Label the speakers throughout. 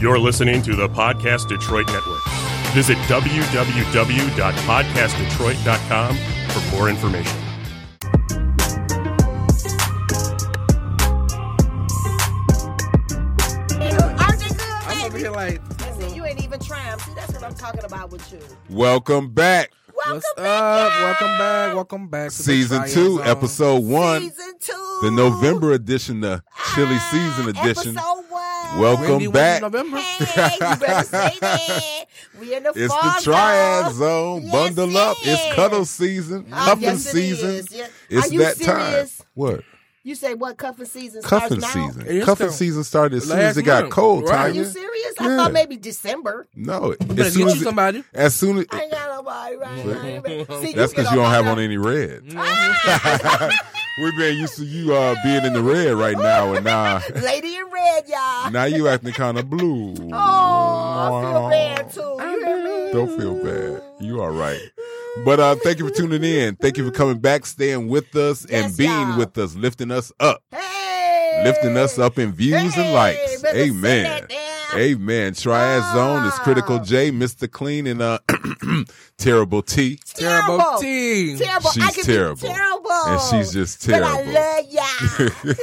Speaker 1: You're listening to the Podcast Detroit Network. Visit www.podcastdetroit.com for more information.
Speaker 2: Aren't they good,
Speaker 3: I'm over
Speaker 2: baby?
Speaker 3: here like,
Speaker 2: And see, you ain't even trying. See, that's what I'm talking about with you.
Speaker 4: Welcome back.
Speaker 2: Welcome
Speaker 3: what's
Speaker 2: back,
Speaker 3: up?
Speaker 2: y'all.
Speaker 3: Welcome back. Welcome back. To the
Speaker 4: Season
Speaker 3: Triad
Speaker 4: two,
Speaker 3: Zone.
Speaker 4: episode one,
Speaker 2: Season two.
Speaker 4: the November edition, the chilly
Speaker 2: Ah,
Speaker 4: season edition.
Speaker 2: Episode one.
Speaker 4: Welcome
Speaker 3: Wendy, Wendy,
Speaker 4: back.
Speaker 3: November.
Speaker 2: Hey, you better say that. We in the
Speaker 4: It's
Speaker 2: fall
Speaker 4: the triad
Speaker 2: zone.
Speaker 4: zone.
Speaker 2: Yes,
Speaker 4: Bundle up.
Speaker 2: yes.
Speaker 4: It's cuddle season,
Speaker 2: Oh,
Speaker 4: cuffing
Speaker 2: yes, it
Speaker 4: season.
Speaker 2: is. Yeah.
Speaker 4: It's
Speaker 2: Are you
Speaker 4: that
Speaker 2: serious?
Speaker 4: time. What?
Speaker 2: You say what cuffing season starts
Speaker 4: Cuffing
Speaker 2: now?
Speaker 4: season.
Speaker 3: It's
Speaker 4: cuffing
Speaker 3: the-
Speaker 4: season started as soon
Speaker 3: last
Speaker 4: as it got
Speaker 3: month.
Speaker 4: cold,
Speaker 3: Right.
Speaker 2: Are
Speaker 4: Tanya.
Speaker 2: you serious? I
Speaker 4: Yeah.
Speaker 2: thought maybe December.
Speaker 4: No,
Speaker 3: better
Speaker 4: as soon
Speaker 3: get
Speaker 4: as
Speaker 3: you
Speaker 4: it-
Speaker 3: somebody.
Speaker 4: as soon as
Speaker 2: I ain't got nobody right now. See,
Speaker 4: that's
Speaker 2: get
Speaker 4: because you don't
Speaker 2: my
Speaker 4: have
Speaker 2: nerve. Ah,
Speaker 4: on any red. We've been used to you uh, being in the red right now, and uh, now
Speaker 2: Lady in red, y'all.
Speaker 4: now you acting kind of blue.
Speaker 2: Oh, I feel bad too. You hear me?
Speaker 4: Don't feel bad. You are right. But uh, thank you for tuning in. Thank you for coming back, staying with us,
Speaker 2: Yes,
Speaker 4: and being
Speaker 2: y'all.
Speaker 4: with us, lifting us up,
Speaker 2: Hey,
Speaker 4: lifting us up in views
Speaker 2: Hey,
Speaker 4: and likes.
Speaker 2: better
Speaker 4: Amen.
Speaker 2: sit that down.
Speaker 4: Amen. Triad Zone is Critical
Speaker 2: Ah.
Speaker 4: J, Mr. Clean, and uh, Terrible T.
Speaker 3: Terrible
Speaker 2: terrible.
Speaker 3: team.
Speaker 2: Terrible. I
Speaker 4: She's
Speaker 2: can
Speaker 4: terrible.
Speaker 2: Be terrible.
Speaker 4: And she's just terrible.
Speaker 2: But I love y'all.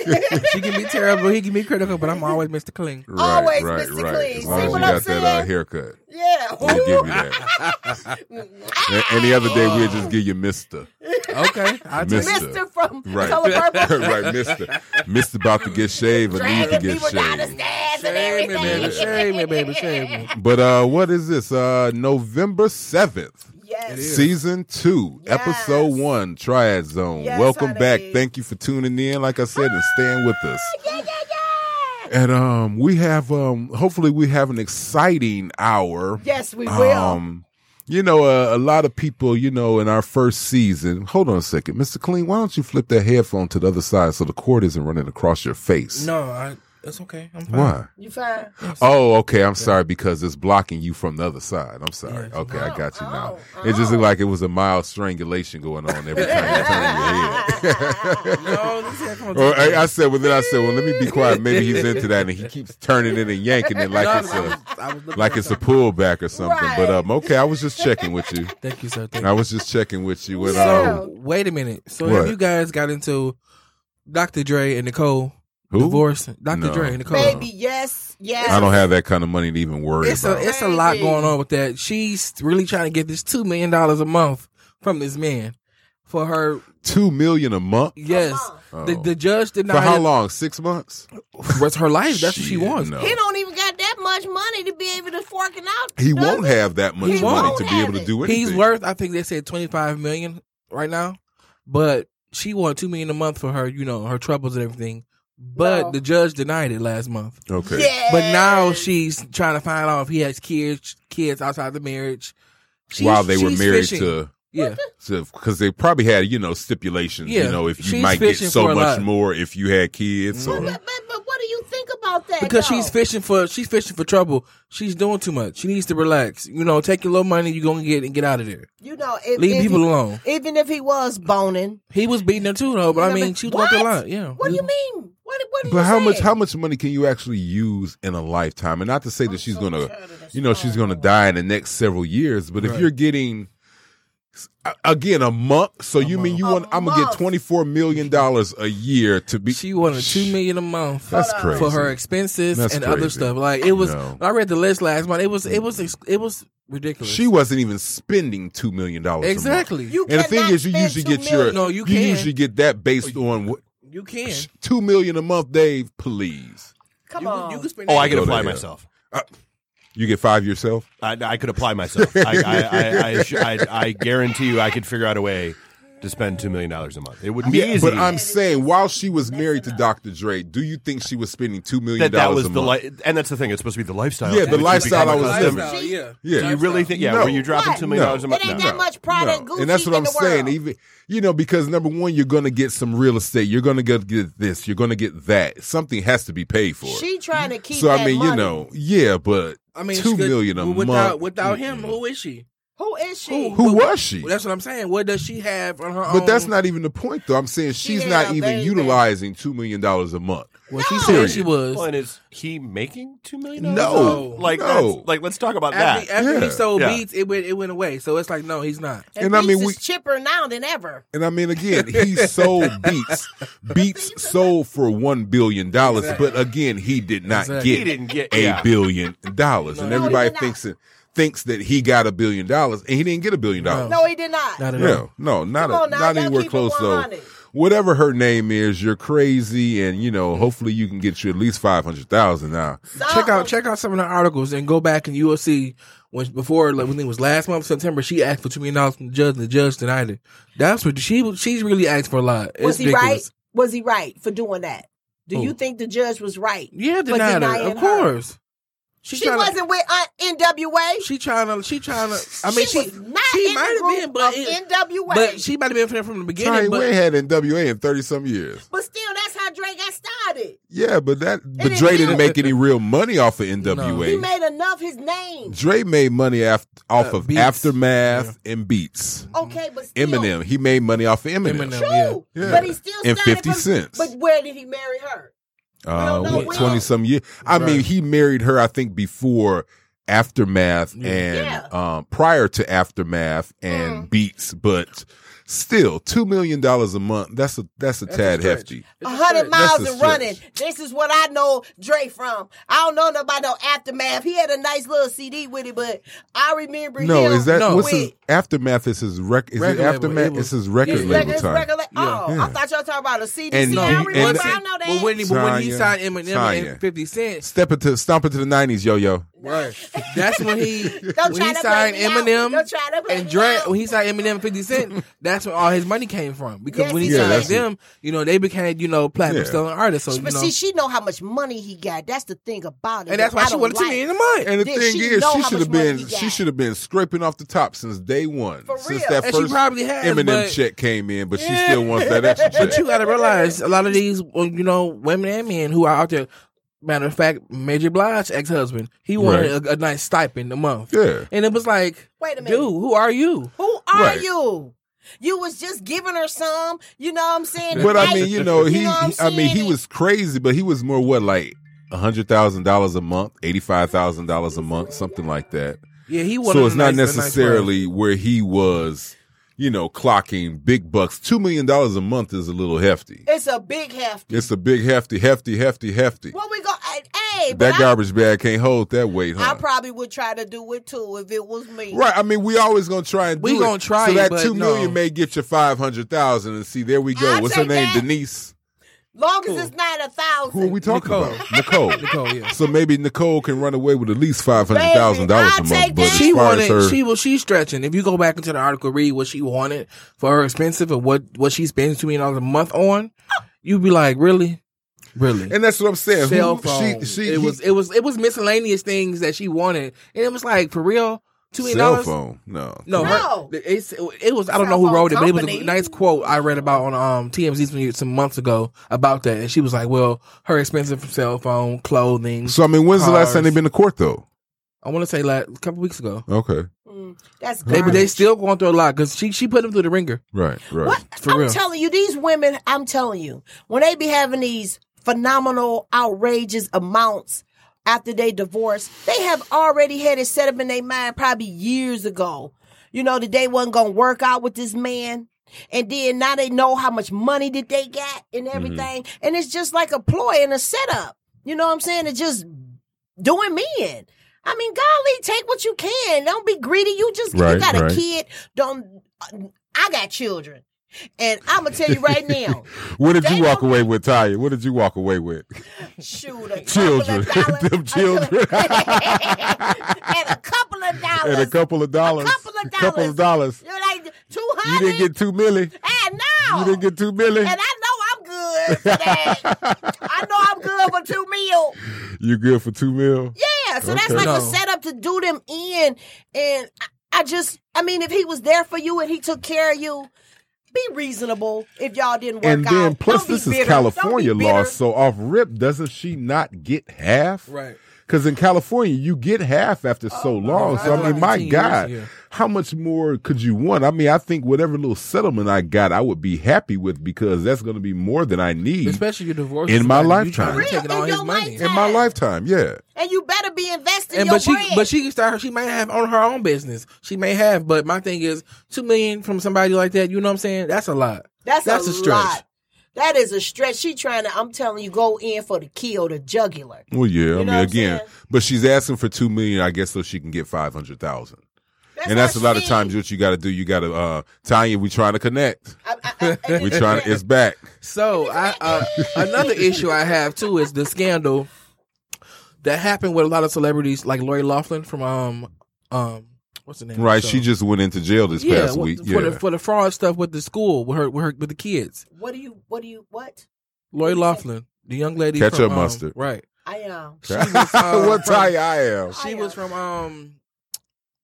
Speaker 3: She can be terrible. He can be critical, but I'm always Mr. Cling.
Speaker 2: Always Mr. Clean.
Speaker 4: As
Speaker 2: See
Speaker 4: long as you
Speaker 2: what I'm
Speaker 4: got that uh,
Speaker 2: saying?
Speaker 4: haircut.
Speaker 2: yeah.
Speaker 4: We'll give you that. and, and the other day, we'll just give you Mister.
Speaker 3: Okay, I
Speaker 4: Miss-
Speaker 3: just
Speaker 2: Mister from
Speaker 4: Right.
Speaker 2: Color Purple.
Speaker 4: right, Mister. Mister about to get shaved or need to
Speaker 2: Dragging
Speaker 4: get
Speaker 2: people down the
Speaker 4: shaved.
Speaker 2: stairs and
Speaker 3: shame me, baby.
Speaker 2: everything.
Speaker 3: Shame me, baby. Shame me.
Speaker 4: But uh, what is this? Uh, November seventh,
Speaker 2: Yes.
Speaker 3: is.
Speaker 4: season two,
Speaker 2: Yes.
Speaker 4: episode one, Triad Zone.
Speaker 2: Yes,
Speaker 4: Welcome
Speaker 2: honey. Oh,
Speaker 4: back. Thank you for tuning in. Like I said, and staying with us.
Speaker 2: Yeah, yeah, yeah.
Speaker 4: And um, we have um, hopefully we have an exciting hour.
Speaker 2: Yes, we will.
Speaker 4: Um, you know, uh, a lot of people, you know, in our first season. Hold on a second, Mister Clean. Why don't you flip that headphone to the other side so the cord isn't running across your face?
Speaker 3: No, I, it's okay. I'm fine.
Speaker 4: Why?
Speaker 2: you fine?
Speaker 4: Oh, okay. I'm sorry because it's blocking you from the other side. I'm sorry. Okay, I got you now.
Speaker 3: Oh,
Speaker 4: It just looked like it was a mild strangulation going on every time you turn your head.
Speaker 3: No, this here, come on.
Speaker 4: Or I, I said, well, then I said, well, let me be quiet. Maybe he's into that, and he keeps turning it and yanking it
Speaker 3: No, I
Speaker 4: like
Speaker 3: was-
Speaker 4: it's
Speaker 3: I was-
Speaker 4: a
Speaker 3: I was looking
Speaker 4: like
Speaker 3: for
Speaker 4: it's a pullback or something.
Speaker 2: Right.
Speaker 4: But um, okay, I was just checking with you.
Speaker 3: something. Thank you, sir. Thank
Speaker 4: I was just checking with you. And,
Speaker 2: So-
Speaker 4: um,
Speaker 3: So wait a minute. So
Speaker 4: What?
Speaker 3: have you guys got into Dr. Dre and Nicole
Speaker 4: Who?
Speaker 3: divorce? Dr.
Speaker 4: No.
Speaker 3: Dre and Nicole.
Speaker 2: Baby, yes, yes.
Speaker 4: I don't have that kind of money to even worry
Speaker 3: It's a
Speaker 4: about.
Speaker 3: it's a lot going on with that. She's really trying to get this two million dollars a month from this man for her.
Speaker 4: Two million a month
Speaker 3: Yes,
Speaker 4: month.
Speaker 3: the
Speaker 4: Oh.
Speaker 3: the judge denied
Speaker 4: for how long? Six months.
Speaker 3: What's her life? That's what she
Speaker 4: Shit,
Speaker 3: wants.
Speaker 4: no.
Speaker 2: He don't even got that much money to be able to fork it out.
Speaker 4: He
Speaker 2: does
Speaker 4: won't
Speaker 2: he?
Speaker 4: have that much
Speaker 3: He
Speaker 4: money
Speaker 3: won't
Speaker 4: to be
Speaker 2: have
Speaker 4: able to
Speaker 2: it.
Speaker 4: do anything.
Speaker 3: He's worth I think they said twenty five million right now, but she wants two million a month for her you know her troubles and everything. But
Speaker 2: No.
Speaker 3: the judge denied it last month.
Speaker 4: Okay.
Speaker 2: Yes.
Speaker 3: But now she's trying to find out if he has kids kids outside the marriage. She's-
Speaker 4: While they were
Speaker 3: she's
Speaker 4: married
Speaker 3: fishing.
Speaker 4: to
Speaker 3: yeah.
Speaker 4: to because they probably had you know stipulations.
Speaker 3: Yeah,
Speaker 4: You know if you
Speaker 3: she's
Speaker 4: might get
Speaker 3: fishing
Speaker 4: so
Speaker 3: for a
Speaker 4: much
Speaker 3: lot.
Speaker 4: more if you had kids.
Speaker 2: But,
Speaker 4: Or,
Speaker 2: but, but- but what do you think about that?
Speaker 3: because
Speaker 2: though?
Speaker 3: she's fishing for she's fishing for trouble. She's doing too much. She needs to relax. You know, take your little money you gonna get and get out of there.
Speaker 2: you know, if,
Speaker 3: Leave
Speaker 2: if
Speaker 3: people
Speaker 2: he-
Speaker 3: alone.
Speaker 2: Even if he was boning,
Speaker 3: He was beating her too though, but I
Speaker 2: Yeah,
Speaker 3: mean
Speaker 2: but
Speaker 3: she was worth a
Speaker 2: what?
Speaker 3: lot. Yeah. Mm-hmm.
Speaker 2: what do you mean? What? What? Are
Speaker 4: but
Speaker 2: you
Speaker 4: how
Speaker 2: saying?
Speaker 4: much how much money can you actually use in a lifetime? And not to say that she's gonna you know she's gonna die in the next several years. But if
Speaker 3: Right.
Speaker 4: you're getting a- again a month, so you mean you
Speaker 2: month.
Speaker 4: want
Speaker 2: A
Speaker 4: I'm gonna get
Speaker 2: month.
Speaker 4: twenty four million dollars a year to be
Speaker 3: She wanted two million a month
Speaker 4: That's
Speaker 3: for
Speaker 4: crazy.
Speaker 3: her expenses
Speaker 4: That's
Speaker 3: and other
Speaker 4: crazy.
Speaker 3: stuff. Like it was
Speaker 4: No.
Speaker 3: I read the list last month. It was it was ex- it was ridiculous.
Speaker 4: She wasn't even spending two million dollars
Speaker 3: exactly.
Speaker 2: You
Speaker 4: And the thing
Speaker 2: cannot
Speaker 4: is, you
Speaker 2: spend
Speaker 4: usually
Speaker 2: two
Speaker 4: get your
Speaker 2: million.
Speaker 3: No, you
Speaker 4: you
Speaker 3: can.
Speaker 4: usually get that based on what
Speaker 3: you can.
Speaker 4: two million a month, Dave. Please,
Speaker 2: Come
Speaker 3: You,
Speaker 2: on,
Speaker 3: you can spend
Speaker 5: Oh,
Speaker 3: that
Speaker 5: I can
Speaker 4: Go to
Speaker 5: apply
Speaker 4: hell.
Speaker 5: myself.
Speaker 4: you get five yourself.
Speaker 5: I, I could apply myself. I, I, I, I, assu- I, I guarantee you, I could figure out a way to spend two million dollars a month. It would be easy.
Speaker 4: but I'm saying while she was married to Dr. Dre, do you think she was spending two million
Speaker 5: that that
Speaker 4: dollars
Speaker 5: was
Speaker 4: a
Speaker 5: the
Speaker 4: month?
Speaker 5: li- and that's the thing. It's supposed to be the lifestyle.
Speaker 4: Yeah,
Speaker 5: to
Speaker 4: the
Speaker 5: which you
Speaker 4: lifestyle
Speaker 5: become
Speaker 4: I was
Speaker 5: accustomed
Speaker 4: living.
Speaker 3: Lifestyle, yeah.
Speaker 4: yeah,
Speaker 5: to. You really think? Yeah,
Speaker 4: No.
Speaker 5: were you dropping
Speaker 2: What?
Speaker 5: two million dollars a
Speaker 4: No.
Speaker 5: month?
Speaker 2: It ain't
Speaker 5: No.
Speaker 2: that much product.
Speaker 4: and that's what I'm saying. Even you know, because number one, you're going to get some real estate. You're going to go get this. You're going to get that. Something has to be paid for.
Speaker 2: she trying to
Speaker 3: Mm-hmm.
Speaker 2: keep.
Speaker 4: so I
Speaker 2: that
Speaker 4: mean, you
Speaker 2: money.
Speaker 4: know, yeah, but
Speaker 3: I mean
Speaker 4: two
Speaker 3: she could-
Speaker 4: million a
Speaker 3: without,
Speaker 4: month
Speaker 3: Without him, who is she?
Speaker 2: who is she?
Speaker 3: Who-
Speaker 4: Who was she?
Speaker 3: Well, that's what I'm saying. What does she have on her own?
Speaker 4: But that's not even the point, though. I'm saying she's
Speaker 2: had
Speaker 4: not
Speaker 2: a
Speaker 4: even
Speaker 2: baby.
Speaker 4: utilizing two million dollars a month.
Speaker 3: Well, she said
Speaker 4: Period.
Speaker 3: she was.
Speaker 5: Well, and is he making two million?
Speaker 4: No.
Speaker 5: dollars? like
Speaker 4: No.
Speaker 5: that's- like let's talk about that.
Speaker 3: After, after
Speaker 4: Yeah.
Speaker 3: he sold
Speaker 5: Yeah.
Speaker 3: beats, it went it went away. So it's like, no, he's not.
Speaker 2: At
Speaker 4: And I
Speaker 2: least
Speaker 4: mean, we-
Speaker 2: it's chipper now than ever.
Speaker 4: And I mean, again, he sold Beats. Beats sold for one billion dollars, but again, he did not
Speaker 3: Exactly.
Speaker 4: get
Speaker 5: he didn't get
Speaker 4: a
Speaker 5: yeah.
Speaker 4: billion dollars, and
Speaker 2: No, he
Speaker 4: everybody
Speaker 2: did not.
Speaker 4: thinks it, thinks that he got a billion dollars, and he didn't get a billion
Speaker 3: Oh.
Speaker 4: dollars.
Speaker 2: No, he did not.
Speaker 3: Not at all.
Speaker 4: No, no, not
Speaker 2: Come
Speaker 4: a,
Speaker 2: on now,
Speaker 4: not
Speaker 2: y'all
Speaker 4: anywhere
Speaker 2: keep it
Speaker 4: close though.
Speaker 2: 100.
Speaker 4: Whatever her name is, you're crazy, and you know, hopefully you can get you at least five hundred thousand now.
Speaker 3: Check
Speaker 2: Oh.
Speaker 3: out check out some of the articles and go back and you will see when before like when it was last month September she asked for two million dollars from the judge and the judge denied it. That's what she she's really asked for a lot. It's
Speaker 2: Was he right?
Speaker 3: ridiculous.
Speaker 2: Was he right for doing that? Do
Speaker 3: Who?
Speaker 2: you think the judge was right?
Speaker 3: Yeah,
Speaker 2: For
Speaker 3: denied her.
Speaker 2: denying her.
Speaker 3: Of course. She,
Speaker 2: She
Speaker 3: tryna-
Speaker 2: wasn't with uh, NWA.
Speaker 3: She trying to. She trying to. I mean, she.
Speaker 2: was not
Speaker 3: she
Speaker 2: in the
Speaker 3: might have
Speaker 2: group
Speaker 3: been, but
Speaker 2: of
Speaker 3: it-
Speaker 2: NWA.
Speaker 3: But she might have been from there from the beginning.
Speaker 4: Kanye
Speaker 3: but
Speaker 4: Wayne had NWA in thirty some years.
Speaker 2: But still, that's how Dre got started.
Speaker 4: Yeah, but that but
Speaker 2: didn't
Speaker 4: Dre didn't
Speaker 2: count.
Speaker 4: make any real money off of NWA.
Speaker 2: He made enough his name.
Speaker 4: Dre made money af- off
Speaker 3: Uh,
Speaker 4: of
Speaker 3: Beats.
Speaker 4: aftermath and beats.
Speaker 2: Okay, but still,
Speaker 4: Eminem, he made money off of Eminem.
Speaker 3: Eminem.
Speaker 2: True,
Speaker 3: Yeah.
Speaker 4: Yeah.
Speaker 2: but he still
Speaker 4: And
Speaker 2: started
Speaker 4: 50
Speaker 2: from-
Speaker 4: cents.
Speaker 2: But where did he marry her? We
Speaker 4: Uh,
Speaker 2: don't know
Speaker 4: what,
Speaker 2: when.
Speaker 4: twenty some years. I mean,
Speaker 3: Right.
Speaker 4: he married her, I think, before aftermath
Speaker 3: Yeah.
Speaker 4: and um, prior to aftermath and beats, but still two million dollars a month. That's a that's a
Speaker 3: That's a
Speaker 4: tad
Speaker 3: stretch.
Speaker 4: hefty.
Speaker 2: A hundred
Speaker 4: That's
Speaker 2: miles
Speaker 4: a
Speaker 2: and running.
Speaker 4: stretch.
Speaker 2: This is what I know Dre from. I don't know nothing about no aftermath. He had a nice little CD with it, but I remember
Speaker 4: No,
Speaker 2: him
Speaker 4: is that
Speaker 3: No.
Speaker 4: what's his
Speaker 2: with-
Speaker 4: aftermath? Is his record? Is
Speaker 3: Record
Speaker 4: it
Speaker 3: label.
Speaker 4: aftermath?
Speaker 3: It was-
Speaker 4: it's his record
Speaker 2: His
Speaker 4: label
Speaker 2: record-
Speaker 4: time.
Speaker 2: record label-
Speaker 3: Yeah.
Speaker 2: Oh,
Speaker 4: Yeah.
Speaker 2: I thought y'all talking about a CD.
Speaker 4: And-
Speaker 2: See,
Speaker 4: No,
Speaker 2: I
Speaker 4: and-
Speaker 2: remember. I
Speaker 4: and-
Speaker 2: know that.
Speaker 3: But when he, but when he
Speaker 4: Sonya.
Speaker 3: signed Eminem
Speaker 4: Sonya.
Speaker 3: and Fifty Cent,
Speaker 4: Step into stomp into the nineties, yo yo.
Speaker 3: right? That's when he
Speaker 2: Don't
Speaker 3: when
Speaker 2: try
Speaker 3: he
Speaker 2: to
Speaker 3: signed
Speaker 2: play me out.
Speaker 3: Eminem
Speaker 2: Don't try to play
Speaker 3: and
Speaker 2: me
Speaker 3: Dre.
Speaker 2: out.
Speaker 3: When he signed Eminem and Fifty Cent, that's when all his money came from. Because
Speaker 2: Yes,
Speaker 3: when he
Speaker 2: he
Speaker 3: signed
Speaker 4: did.
Speaker 3: them, you know they became you know platinum
Speaker 4: Yeah.
Speaker 3: selling artists. So you
Speaker 2: But
Speaker 3: know,
Speaker 2: see, she know how much money he got. That's the thing about it.
Speaker 3: and that's
Speaker 2: that I
Speaker 3: why she
Speaker 2: don't
Speaker 3: wanted
Speaker 2: like.
Speaker 3: two million a month.
Speaker 4: And the
Speaker 2: Did
Speaker 4: thing
Speaker 2: she
Speaker 4: is,
Speaker 2: know
Speaker 4: she
Speaker 2: how
Speaker 4: should
Speaker 2: much
Speaker 4: have
Speaker 2: money
Speaker 4: been
Speaker 2: he
Speaker 4: she
Speaker 2: got?
Speaker 4: should have been scraping off the top since day one.
Speaker 2: For
Speaker 4: since
Speaker 2: real.
Speaker 4: that
Speaker 3: And she
Speaker 4: first
Speaker 3: probably has,
Speaker 4: Eminem
Speaker 3: but-
Speaker 4: check came in, but she still wants that extra
Speaker 3: But you
Speaker 4: check.
Speaker 3: got to realize a lot of these, well, you know, women and men who are out there. Matter of fact, Major Blige ex husband, he wanted a, a nice stipend a month,
Speaker 4: Yeah.
Speaker 3: and it was like,
Speaker 2: Wait a minute.
Speaker 3: dude, who are you?
Speaker 2: Who are
Speaker 4: Right.
Speaker 2: you? You was just giving her some. You know what I'm saying?
Speaker 4: But I
Speaker 2: Like,
Speaker 4: mean, you know, he
Speaker 2: what I'm
Speaker 4: I mean, he
Speaker 2: saying?
Speaker 4: was crazy, but he was more what like hundred thousand dollars a month, eighty five thousand dollars a month, something like that.
Speaker 3: Yeah, he wanted.
Speaker 4: So
Speaker 3: a
Speaker 4: it's not
Speaker 3: nice- a nice
Speaker 4: necessarily where he was, you know, clocking big bucks. Two million dollars a month is a little hefty.
Speaker 2: It's a big hefty.
Speaker 4: It's a big hefty, hefty, hefty, hefty.
Speaker 2: What we go? Hey, but
Speaker 4: That
Speaker 2: I-
Speaker 4: garbage bag can't hold that weight, huh?
Speaker 2: I probably would try to do it too if it was me.
Speaker 4: Right. I mean, we always gonna try and do
Speaker 3: We
Speaker 4: it.
Speaker 3: gonna try
Speaker 4: So
Speaker 3: it,
Speaker 4: that
Speaker 3: but
Speaker 4: two million
Speaker 3: no.
Speaker 4: may get you five hundred thousand, and see, there we go.
Speaker 2: I'll
Speaker 4: What's her
Speaker 2: take
Speaker 4: name?
Speaker 2: that.
Speaker 4: Denise.
Speaker 2: Long as it's not a thousand.
Speaker 4: Who are we talking
Speaker 3: Nicole.
Speaker 4: about? Nicole.
Speaker 3: Nicole, yeah.
Speaker 4: So maybe Nicole can run away with at least five hundred thousand dollars a
Speaker 2: Baby, I'll
Speaker 4: month.
Speaker 2: take
Speaker 4: But
Speaker 2: that.
Speaker 3: She
Speaker 4: as far
Speaker 3: wanted.
Speaker 4: as her,
Speaker 3: She was. She's stretching. If you go back into the article, read what she wanted for her expensive and what what she spends two million dollars a month on. You'd be like, really, really.
Speaker 4: and that's what I'm saying. Who-
Speaker 3: Cell phone.
Speaker 4: She, she,
Speaker 3: it
Speaker 4: he-
Speaker 3: was. It was. It was miscellaneous things that she wanted, and it was like for real, two million
Speaker 4: cell
Speaker 3: dollars.
Speaker 4: phone. No.
Speaker 3: No,
Speaker 2: No.
Speaker 3: Her, it's, it was. I don't
Speaker 2: Cell
Speaker 3: know who
Speaker 2: phone
Speaker 3: wrote it, but it was
Speaker 2: company.
Speaker 3: a nice quote I read about on um TMZ some, some months ago about that, and she was like, "Well, her expensive cell phone, clothing."
Speaker 4: So I mean, when's the last
Speaker 3: Cars.
Speaker 4: time they've been to court though?
Speaker 3: I want to say like a couple weeks ago.
Speaker 4: Okay.
Speaker 2: Mm, that's
Speaker 3: They, but
Speaker 2: garbage.
Speaker 3: they still going through a lot because she she put him through the ringer.
Speaker 4: Right. Right.
Speaker 2: What
Speaker 3: For
Speaker 2: I'm
Speaker 3: real.
Speaker 2: telling you, these women, I'm telling you, when they be having these phenomenal, outrageous amounts after they divorce, they have already had it set up in their mind probably years ago. You know, that they wasn't gonna work out with this man. And then now they know how much money that they got and
Speaker 4: Mm-hmm.
Speaker 2: everything. And it's just like a ploy and a setup. You know what I'm saying? It's just doing me in. I mean, golly, take what you can. Don't be greedy. You just
Speaker 4: Right,
Speaker 2: you got
Speaker 4: right.
Speaker 2: a kid. Don't I got children, and I'm gonna tell you right now.
Speaker 4: What did you
Speaker 2: They
Speaker 4: walk
Speaker 2: don't-
Speaker 4: away with, Taya? What did you walk away with?
Speaker 2: Shoot, a
Speaker 4: Children.
Speaker 2: couple of dollars,
Speaker 4: Them children.
Speaker 2: and a couple of dollars,
Speaker 4: And a couple of dollars.
Speaker 2: couple of
Speaker 4: A couple of dollars.
Speaker 2: You're like two
Speaker 4: You
Speaker 2: hundred.
Speaker 4: didn't get two milli.
Speaker 2: and now
Speaker 4: You didn't get two milli.
Speaker 2: And I know I'm good for that. I know I'm good for two meal.
Speaker 4: You good for two mil?
Speaker 2: Yeah, so that's
Speaker 4: Okay.
Speaker 2: like a
Speaker 3: No.
Speaker 2: setup to do them in. And I, I just, I mean, if he was there for you and he took care of you, be reasonable if y'all didn't work
Speaker 4: And
Speaker 2: out.
Speaker 4: then plus
Speaker 2: Don't be
Speaker 4: this
Speaker 2: bitter. Don't
Speaker 4: is California
Speaker 2: be bitter.
Speaker 4: law, so off rip, doesn't she not get half? Because in California, you get half after so long. So
Speaker 3: Oh,
Speaker 4: I
Speaker 3: That's
Speaker 4: mean,
Speaker 3: like
Speaker 4: my
Speaker 3: 18 years
Speaker 4: God,
Speaker 3: here.
Speaker 4: how much more could you want? I mean, I think whatever little settlement I got, I would be happy with because that's going to be more than I need
Speaker 3: Especially your divorce
Speaker 4: In
Speaker 3: is
Speaker 4: my
Speaker 3: like, you
Speaker 4: lifetime.
Speaker 3: trying to Take
Speaker 2: Really?
Speaker 3: all
Speaker 2: In
Speaker 3: his
Speaker 2: your
Speaker 3: money.
Speaker 4: in my lifetime. Yeah.
Speaker 2: and you better be investing
Speaker 3: And
Speaker 2: your
Speaker 3: but she
Speaker 2: bread.
Speaker 3: but she can start. She may have on her own business. She may have. But my thing is, two million from somebody like that. You know what I'm saying? That's a lot.
Speaker 2: that's,
Speaker 3: that's
Speaker 2: a,
Speaker 3: a stretch.
Speaker 2: lot. That is a stretch. She trying to. I'm telling you, go in for the kill, the jugular.
Speaker 4: Well, yeah. I
Speaker 2: know
Speaker 4: mean,
Speaker 2: what I'm
Speaker 4: again,
Speaker 2: saying?
Speaker 4: but she's asking for two million, I guess, so she can get five hundred thousand. And
Speaker 2: what
Speaker 4: that's a lot of
Speaker 2: she
Speaker 4: times
Speaker 2: need.
Speaker 4: what you got to do. You got to, uh, Tanya, we trying to connect.
Speaker 2: I- I- I-
Speaker 4: We trying to, it's back.
Speaker 3: So I uh, another issue I have too is the scandal that happened with a lot of celebrities like Lori Laughlin from um um what's the name? of
Speaker 4: Right.
Speaker 3: the
Speaker 4: She
Speaker 3: show?
Speaker 4: just went into jail this
Speaker 3: yeah,
Speaker 4: past
Speaker 3: with-
Speaker 4: week.
Speaker 3: for
Speaker 4: Yeah.
Speaker 3: the for the fraud stuff with the school with her with her with the kids.
Speaker 2: What do you? What do you? What?
Speaker 3: Lori Laughlin, the young lady
Speaker 4: Ketchup
Speaker 3: from, um,
Speaker 4: mustard.
Speaker 3: right?
Speaker 2: I um, am.
Speaker 3: She was, uh,
Speaker 4: what
Speaker 3: from-
Speaker 4: Tanya I am.
Speaker 3: She was from um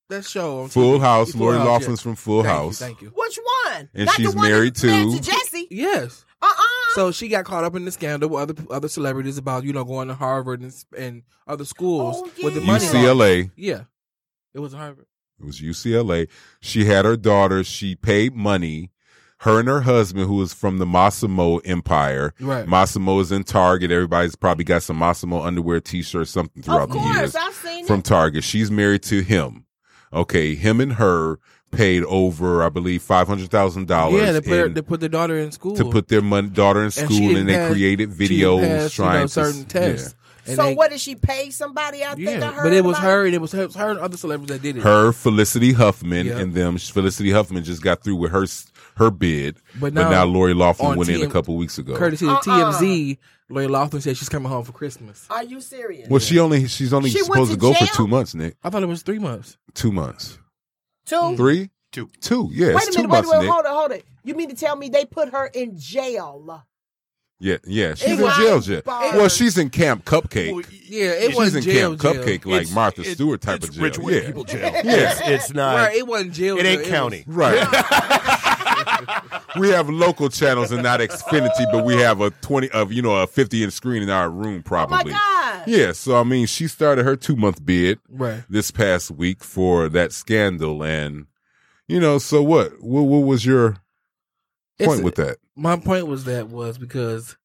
Speaker 3: that show on
Speaker 4: Full
Speaker 3: TV.
Speaker 4: House.
Speaker 3: Full
Speaker 4: Lori
Speaker 3: House,
Speaker 4: Laughlin's from Full
Speaker 3: yeah. Thank you,
Speaker 4: House.
Speaker 3: thank you.
Speaker 2: Which one?
Speaker 4: And
Speaker 2: Not the
Speaker 4: she's
Speaker 2: one
Speaker 4: married
Speaker 2: that's married
Speaker 4: to-
Speaker 2: to Jesse.
Speaker 3: Yes.
Speaker 2: Uh uh
Speaker 3: So she got caught up in the scandal with other other celebrities about you know going to Harvard and and other schools
Speaker 2: Oh,
Speaker 3: with the
Speaker 2: yeah.
Speaker 3: money.
Speaker 4: UCLA.
Speaker 3: Yeah, it was Harvard.
Speaker 4: It was UCLA. She had her daughter. She paid money. Her and her husband, who was from the Massimo Empire.
Speaker 3: Right.
Speaker 4: Massimo is in Target. Everybody's probably got some Massimo underwear, t-shirts, something
Speaker 2: Of
Speaker 4: throughout the years
Speaker 2: course, I've seen
Speaker 4: from
Speaker 2: it.
Speaker 4: Target. She's married to him. Okay, him and her paid over, I believe, five hundred thousand dollars.
Speaker 3: Yeah, they put, they put the daughter in school
Speaker 4: to put their mon- daughter in
Speaker 3: she
Speaker 4: school,
Speaker 3: didn't
Speaker 4: and, they
Speaker 3: pass-
Speaker 4: created
Speaker 3: she
Speaker 4: videos
Speaker 3: passed, you know,
Speaker 4: trying to
Speaker 3: certain tests. And
Speaker 2: So
Speaker 3: they-
Speaker 2: what did she pay somebody? I think I
Speaker 3: Yeah,
Speaker 2: heard.
Speaker 3: but it was
Speaker 2: about
Speaker 3: her. and It was her, it was her and other celebrities that did it.
Speaker 4: her Felicity Huffman
Speaker 3: Yeah.
Speaker 4: and them. Felicity Huffman just got through with her s- her bid,
Speaker 3: But
Speaker 4: but
Speaker 3: now
Speaker 4: now, Lori Laughlin
Speaker 3: on
Speaker 4: went in a
Speaker 3: TM
Speaker 4: couple weeks ago.
Speaker 3: courtesy of
Speaker 2: Uh-uh.
Speaker 3: TMZ. Lori Laughlin said she's coming home for Christmas.
Speaker 2: Are you serious?
Speaker 4: Well, she only she's only
Speaker 2: She went
Speaker 4: supposed
Speaker 2: to
Speaker 4: to, go
Speaker 2: jail?
Speaker 4: for two months, Nick.
Speaker 3: I thought it was three months.
Speaker 4: Two months,
Speaker 2: Two.
Speaker 4: three,
Speaker 5: Two.
Speaker 4: two. Yeah,
Speaker 2: Wait
Speaker 4: it's
Speaker 2: a
Speaker 4: two
Speaker 2: minute. Wait a
Speaker 4: months,
Speaker 2: minute.
Speaker 4: Nick.
Speaker 2: Hold it. Hold it. You mean to tell me they put her in jail? Oh
Speaker 4: Yeah, yeah, she's in
Speaker 2: was
Speaker 4: jail. Jail.
Speaker 2: bars.
Speaker 4: Well, she's in Camp Cupcake.
Speaker 5: Well,
Speaker 3: Yeah, it
Speaker 4: she's in
Speaker 3: wasn't jail.
Speaker 4: Camp
Speaker 3: jail.
Speaker 4: Cupcake, like
Speaker 5: It's-
Speaker 4: Martha
Speaker 5: it's-
Speaker 4: Stewart type
Speaker 5: it's
Speaker 4: of jail.
Speaker 5: Rich white
Speaker 4: yeah,
Speaker 5: people jail. It's,
Speaker 4: Yeah.
Speaker 5: it's not.
Speaker 3: Right, it wasn't jail.
Speaker 5: it ain't
Speaker 3: jail,
Speaker 5: county.
Speaker 4: Right. we have local channels and not Xfinity, but we have a twenty of you know a fifty inch screen in our room
Speaker 2: Oh my
Speaker 4: probably.
Speaker 2: God.
Speaker 4: Yeah, so I mean, she started her two month bid
Speaker 3: Was, right.
Speaker 4: this past week for that scandal, and you know, so what? What, what was your point
Speaker 3: It's-
Speaker 4: with that?
Speaker 3: my point was that was because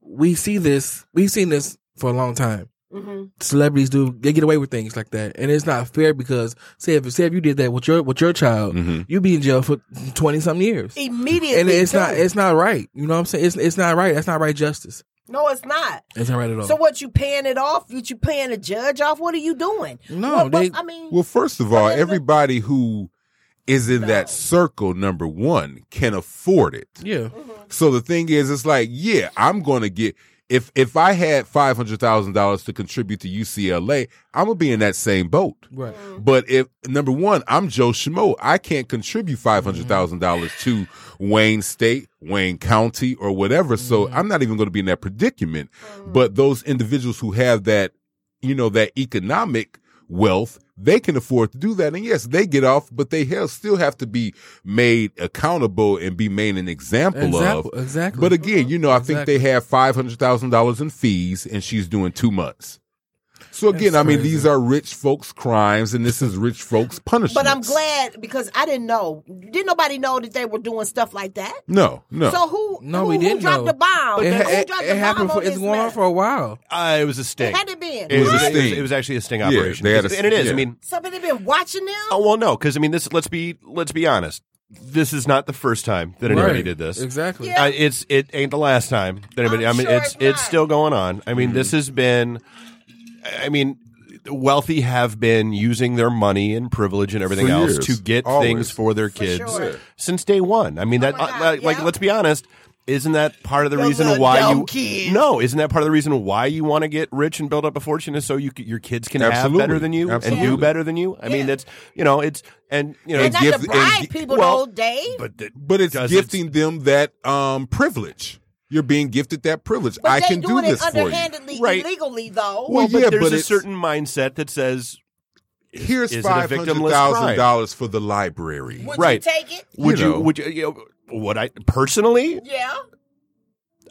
Speaker 3: we see this we've seen this for a long time
Speaker 2: Mm-hmm.
Speaker 3: celebrities do they get away with things like that and it's not fair because say if say if you did that with your with your child
Speaker 4: Mhm.
Speaker 3: you'd be in jail for 20 some years
Speaker 2: Immediately.
Speaker 3: and it's
Speaker 2: too.
Speaker 3: not it's not right you know what i'm saying it's, it's not right that's not right justice
Speaker 2: no, it's not.
Speaker 3: it's not right
Speaker 4: Oh.
Speaker 3: at all
Speaker 2: So what? You paying it off? You you paying the judge off? What are you doing?
Speaker 3: No,
Speaker 2: What- what-
Speaker 3: they-
Speaker 2: I mean,
Speaker 4: Well, first of all,
Speaker 2: Well, it-
Speaker 4: everybody who is in that circle, number one, can afford it.
Speaker 3: yeah
Speaker 4: So the thing is, it's like, yeah, I'm going to get if if I had five hundred thousand dollars to contribute to UCLA, I'm gonna be in that same boat.
Speaker 3: right
Speaker 4: Mm-hmm. But if number one, I'm Joe Schmo, I can't contribute five hundred thousand dollars to Wayne State, Wayne County, or whatever. So I'm not even going to be in that predicament. But those individuals who have that, you know, that economic wealth. They can afford to do that. And yes, they get off, but they hell still have to be made accountable and be made an example of.
Speaker 3: exactly exactly
Speaker 4: But again, you know, I think
Speaker 3: Exactly.
Speaker 4: they have five hundred thousand dollars in fees, and she's doing two months. So again,
Speaker 3: That's
Speaker 4: I mean,
Speaker 3: crazy.
Speaker 4: these are rich folks' crimes, and this is rich folks' punishment.
Speaker 2: but I'm glad because I didn't know. Didn't nobody know that they were doing stuff like that?
Speaker 4: No, no.
Speaker 2: So who?
Speaker 3: No,
Speaker 2: who,
Speaker 3: we didn't
Speaker 2: Who dropped
Speaker 3: know.
Speaker 2: the bomb?
Speaker 3: it,
Speaker 2: who
Speaker 3: it-
Speaker 2: dropped
Speaker 3: it
Speaker 2: the
Speaker 3: happened
Speaker 2: bomb
Speaker 3: for
Speaker 2: on
Speaker 3: it's
Speaker 2: this
Speaker 3: going on
Speaker 2: matter?
Speaker 3: for a while
Speaker 5: Uh, it was a sting.
Speaker 2: Had it been?
Speaker 5: It was,
Speaker 4: It was a
Speaker 5: it was-
Speaker 4: sting.
Speaker 5: it was actually a sting
Speaker 4: Yeah,
Speaker 5: operation.
Speaker 4: they had a-
Speaker 5: and it is.
Speaker 4: yeah.
Speaker 5: I mean,
Speaker 2: Somebody been watching them.
Speaker 5: oh well, no, because I mean, this. Let's be let's be honest. This is not the first time that anybody
Speaker 3: Right.
Speaker 5: did this.
Speaker 3: exactly
Speaker 2: Yeah.
Speaker 5: Uh, it's it ain't the last time that anybody.
Speaker 2: I'm
Speaker 5: I mean,
Speaker 2: sure
Speaker 5: it's
Speaker 2: it's
Speaker 5: it's
Speaker 2: not.
Speaker 5: still going on. I mean,
Speaker 4: Mm-hmm.
Speaker 5: this has been. I mean, the wealthy have been using their money and privilege and everything
Speaker 4: For
Speaker 5: else
Speaker 4: years.
Speaker 5: to get
Speaker 4: Always.
Speaker 5: things for their kids
Speaker 2: sure. Yeah.
Speaker 5: since day one. I mean, that uh,
Speaker 2: my God,
Speaker 5: like, like,
Speaker 2: yeah.
Speaker 5: let's be honest. Isn't that part of the
Speaker 2: Those
Speaker 5: reason
Speaker 2: little
Speaker 5: why
Speaker 2: dumb
Speaker 5: you
Speaker 2: kids.
Speaker 5: no? Isn't that part of the reason why you want to get rich and build up a fortune is so you c- your kids can
Speaker 4: Absolutely.
Speaker 5: have better than you and
Speaker 4: Absolutely.
Speaker 5: do better than you? I mean, that's you know, it's and you know,
Speaker 2: and not
Speaker 4: give-
Speaker 2: to
Speaker 4: and
Speaker 2: bribe
Speaker 4: gi-
Speaker 2: people,
Speaker 5: well,
Speaker 2: though, Dave.
Speaker 5: but th-
Speaker 4: but it's
Speaker 5: does
Speaker 4: gifting them that um privilege. You're being gifted that privilege.
Speaker 2: But
Speaker 4: I
Speaker 2: they
Speaker 4: can do
Speaker 2: doing
Speaker 4: this
Speaker 2: it
Speaker 4: for you.
Speaker 2: underhandedly,
Speaker 5: Right.
Speaker 2: illegally, though.
Speaker 4: Well,
Speaker 5: but
Speaker 4: yeah,
Speaker 5: there's
Speaker 4: but
Speaker 5: a
Speaker 4: it's-
Speaker 5: certain mindset that says
Speaker 4: Here's
Speaker 5: Is it a
Speaker 4: five hundred
Speaker 5: victimless
Speaker 4: thousand
Speaker 5: crime?
Speaker 4: dollars for the library.
Speaker 2: Would
Speaker 5: right.
Speaker 2: you take it?
Speaker 5: Would
Speaker 4: You
Speaker 5: you,
Speaker 4: know.
Speaker 5: would you, you know, would I personally?
Speaker 2: Yeah.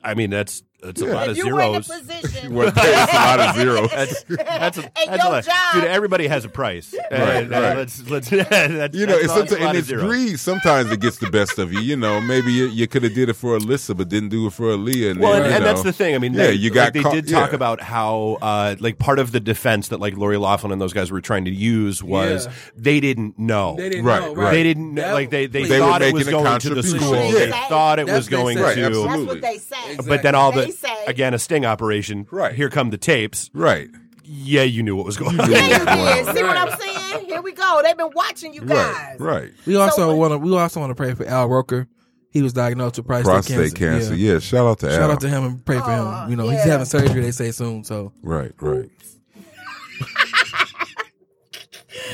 Speaker 5: I mean, that's it's a lot of
Speaker 2: if you were in the
Speaker 5: zeros.
Speaker 2: position,
Speaker 4: Well, that's a lot of zeros.
Speaker 5: That's that's a,
Speaker 2: And
Speaker 5: that's a
Speaker 2: your
Speaker 5: lot.
Speaker 2: job-
Speaker 5: dude. Everybody has a price. And, uh,
Speaker 4: right.
Speaker 5: Let's let's. that's,
Speaker 4: You know,
Speaker 5: that's
Speaker 4: it's
Speaker 5: a lot-
Speaker 4: sometimes,
Speaker 5: a lot
Speaker 4: and
Speaker 5: of
Speaker 4: it's
Speaker 5: zeros.
Speaker 4: greed. Sometimes it gets the best of you. You know, maybe you, you could have did it for Alyssa, but didn't do it for Aaliyah. And
Speaker 5: Well,
Speaker 4: then,
Speaker 5: and,
Speaker 4: you
Speaker 5: and that's
Speaker 4: know,
Speaker 5: the thing. I mean,
Speaker 4: yeah,
Speaker 5: they,
Speaker 4: you
Speaker 5: like,
Speaker 4: got
Speaker 5: they
Speaker 4: caught-
Speaker 5: did talk
Speaker 4: yeah.
Speaker 5: about how, uh, like, part of the defense that like Lori Laughlin and those guys were trying to use was
Speaker 3: Yeah.
Speaker 5: they didn't know.
Speaker 3: They didn't
Speaker 4: Right,
Speaker 3: know,
Speaker 4: right.
Speaker 3: right?
Speaker 5: They didn't know.
Speaker 3: That-
Speaker 5: Like they, they,
Speaker 4: They were
Speaker 5: thought it was
Speaker 4: making a
Speaker 5: going to the
Speaker 4: contribution.
Speaker 5: school.
Speaker 2: Yeah.
Speaker 5: They thought it
Speaker 3: That's
Speaker 5: was
Speaker 3: what they
Speaker 5: going
Speaker 3: said.
Speaker 4: Right,
Speaker 5: to.
Speaker 4: absolutely.
Speaker 2: that's what they say.
Speaker 5: But then all
Speaker 2: They
Speaker 5: the
Speaker 2: say-
Speaker 5: again a sting operation.
Speaker 4: Right.
Speaker 5: here come the tapes.
Speaker 4: right.
Speaker 5: Yeah, you knew what was going. on.
Speaker 4: knew.
Speaker 2: Yeah, you did.
Speaker 4: Wow.
Speaker 2: See what I'm saying? Here we go. They've been watching you
Speaker 4: Right,
Speaker 2: guys.
Speaker 4: right.
Speaker 3: We also
Speaker 2: what-
Speaker 3: want to. We also want to pray for Al Roker. He was diagnosed with prostate,
Speaker 4: Prostate cancer. Yeah. shout out to
Speaker 3: Shout
Speaker 4: Al.
Speaker 3: out to him and pray for
Speaker 2: Aw,
Speaker 3: him. You know, he's
Speaker 2: yeah.
Speaker 3: having surgery. They say soon. So
Speaker 4: Right, right.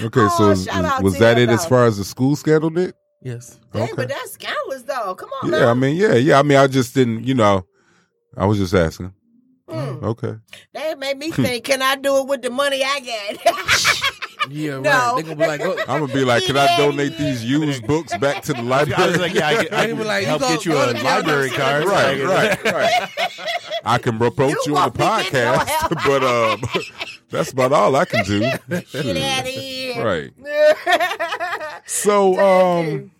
Speaker 4: okay, so
Speaker 2: Aw,
Speaker 4: is-
Speaker 2: Oh, shout out
Speaker 4: was
Speaker 2: to
Speaker 4: that
Speaker 2: him,
Speaker 4: it as
Speaker 2: though.
Speaker 4: far as the school scandal did?
Speaker 3: yes,
Speaker 2: Dang,
Speaker 4: Okay.
Speaker 2: but that's scandalous, though. Come on,
Speaker 4: Yeah,
Speaker 2: now.
Speaker 4: I mean, yeah, yeah. I mean, I just didn't, you know, I was just asking.
Speaker 2: Mm.
Speaker 4: Okay.
Speaker 2: That made me
Speaker 4: Hmm.
Speaker 2: think, can I do it with the money I got?
Speaker 3: yeah,
Speaker 2: No.
Speaker 3: right. They gonna be like, oh,
Speaker 4: I'm gonna be like, can I
Speaker 2: Yeah.
Speaker 4: donate these used books back to the library?
Speaker 5: I was like, yeah, I, could- I
Speaker 3: They were
Speaker 5: can
Speaker 3: like,
Speaker 5: help
Speaker 3: you
Speaker 5: get
Speaker 3: go-
Speaker 5: you a
Speaker 3: go down
Speaker 5: library
Speaker 3: to
Speaker 5: card.
Speaker 4: right,
Speaker 5: Like,
Speaker 4: right, right. I can approach you,
Speaker 2: You
Speaker 4: on the
Speaker 2: won't be getting no
Speaker 4: podcast, but um, that's about all I can do.
Speaker 2: Get out of
Speaker 4: Shit.
Speaker 2: here.
Speaker 4: Right. So, um,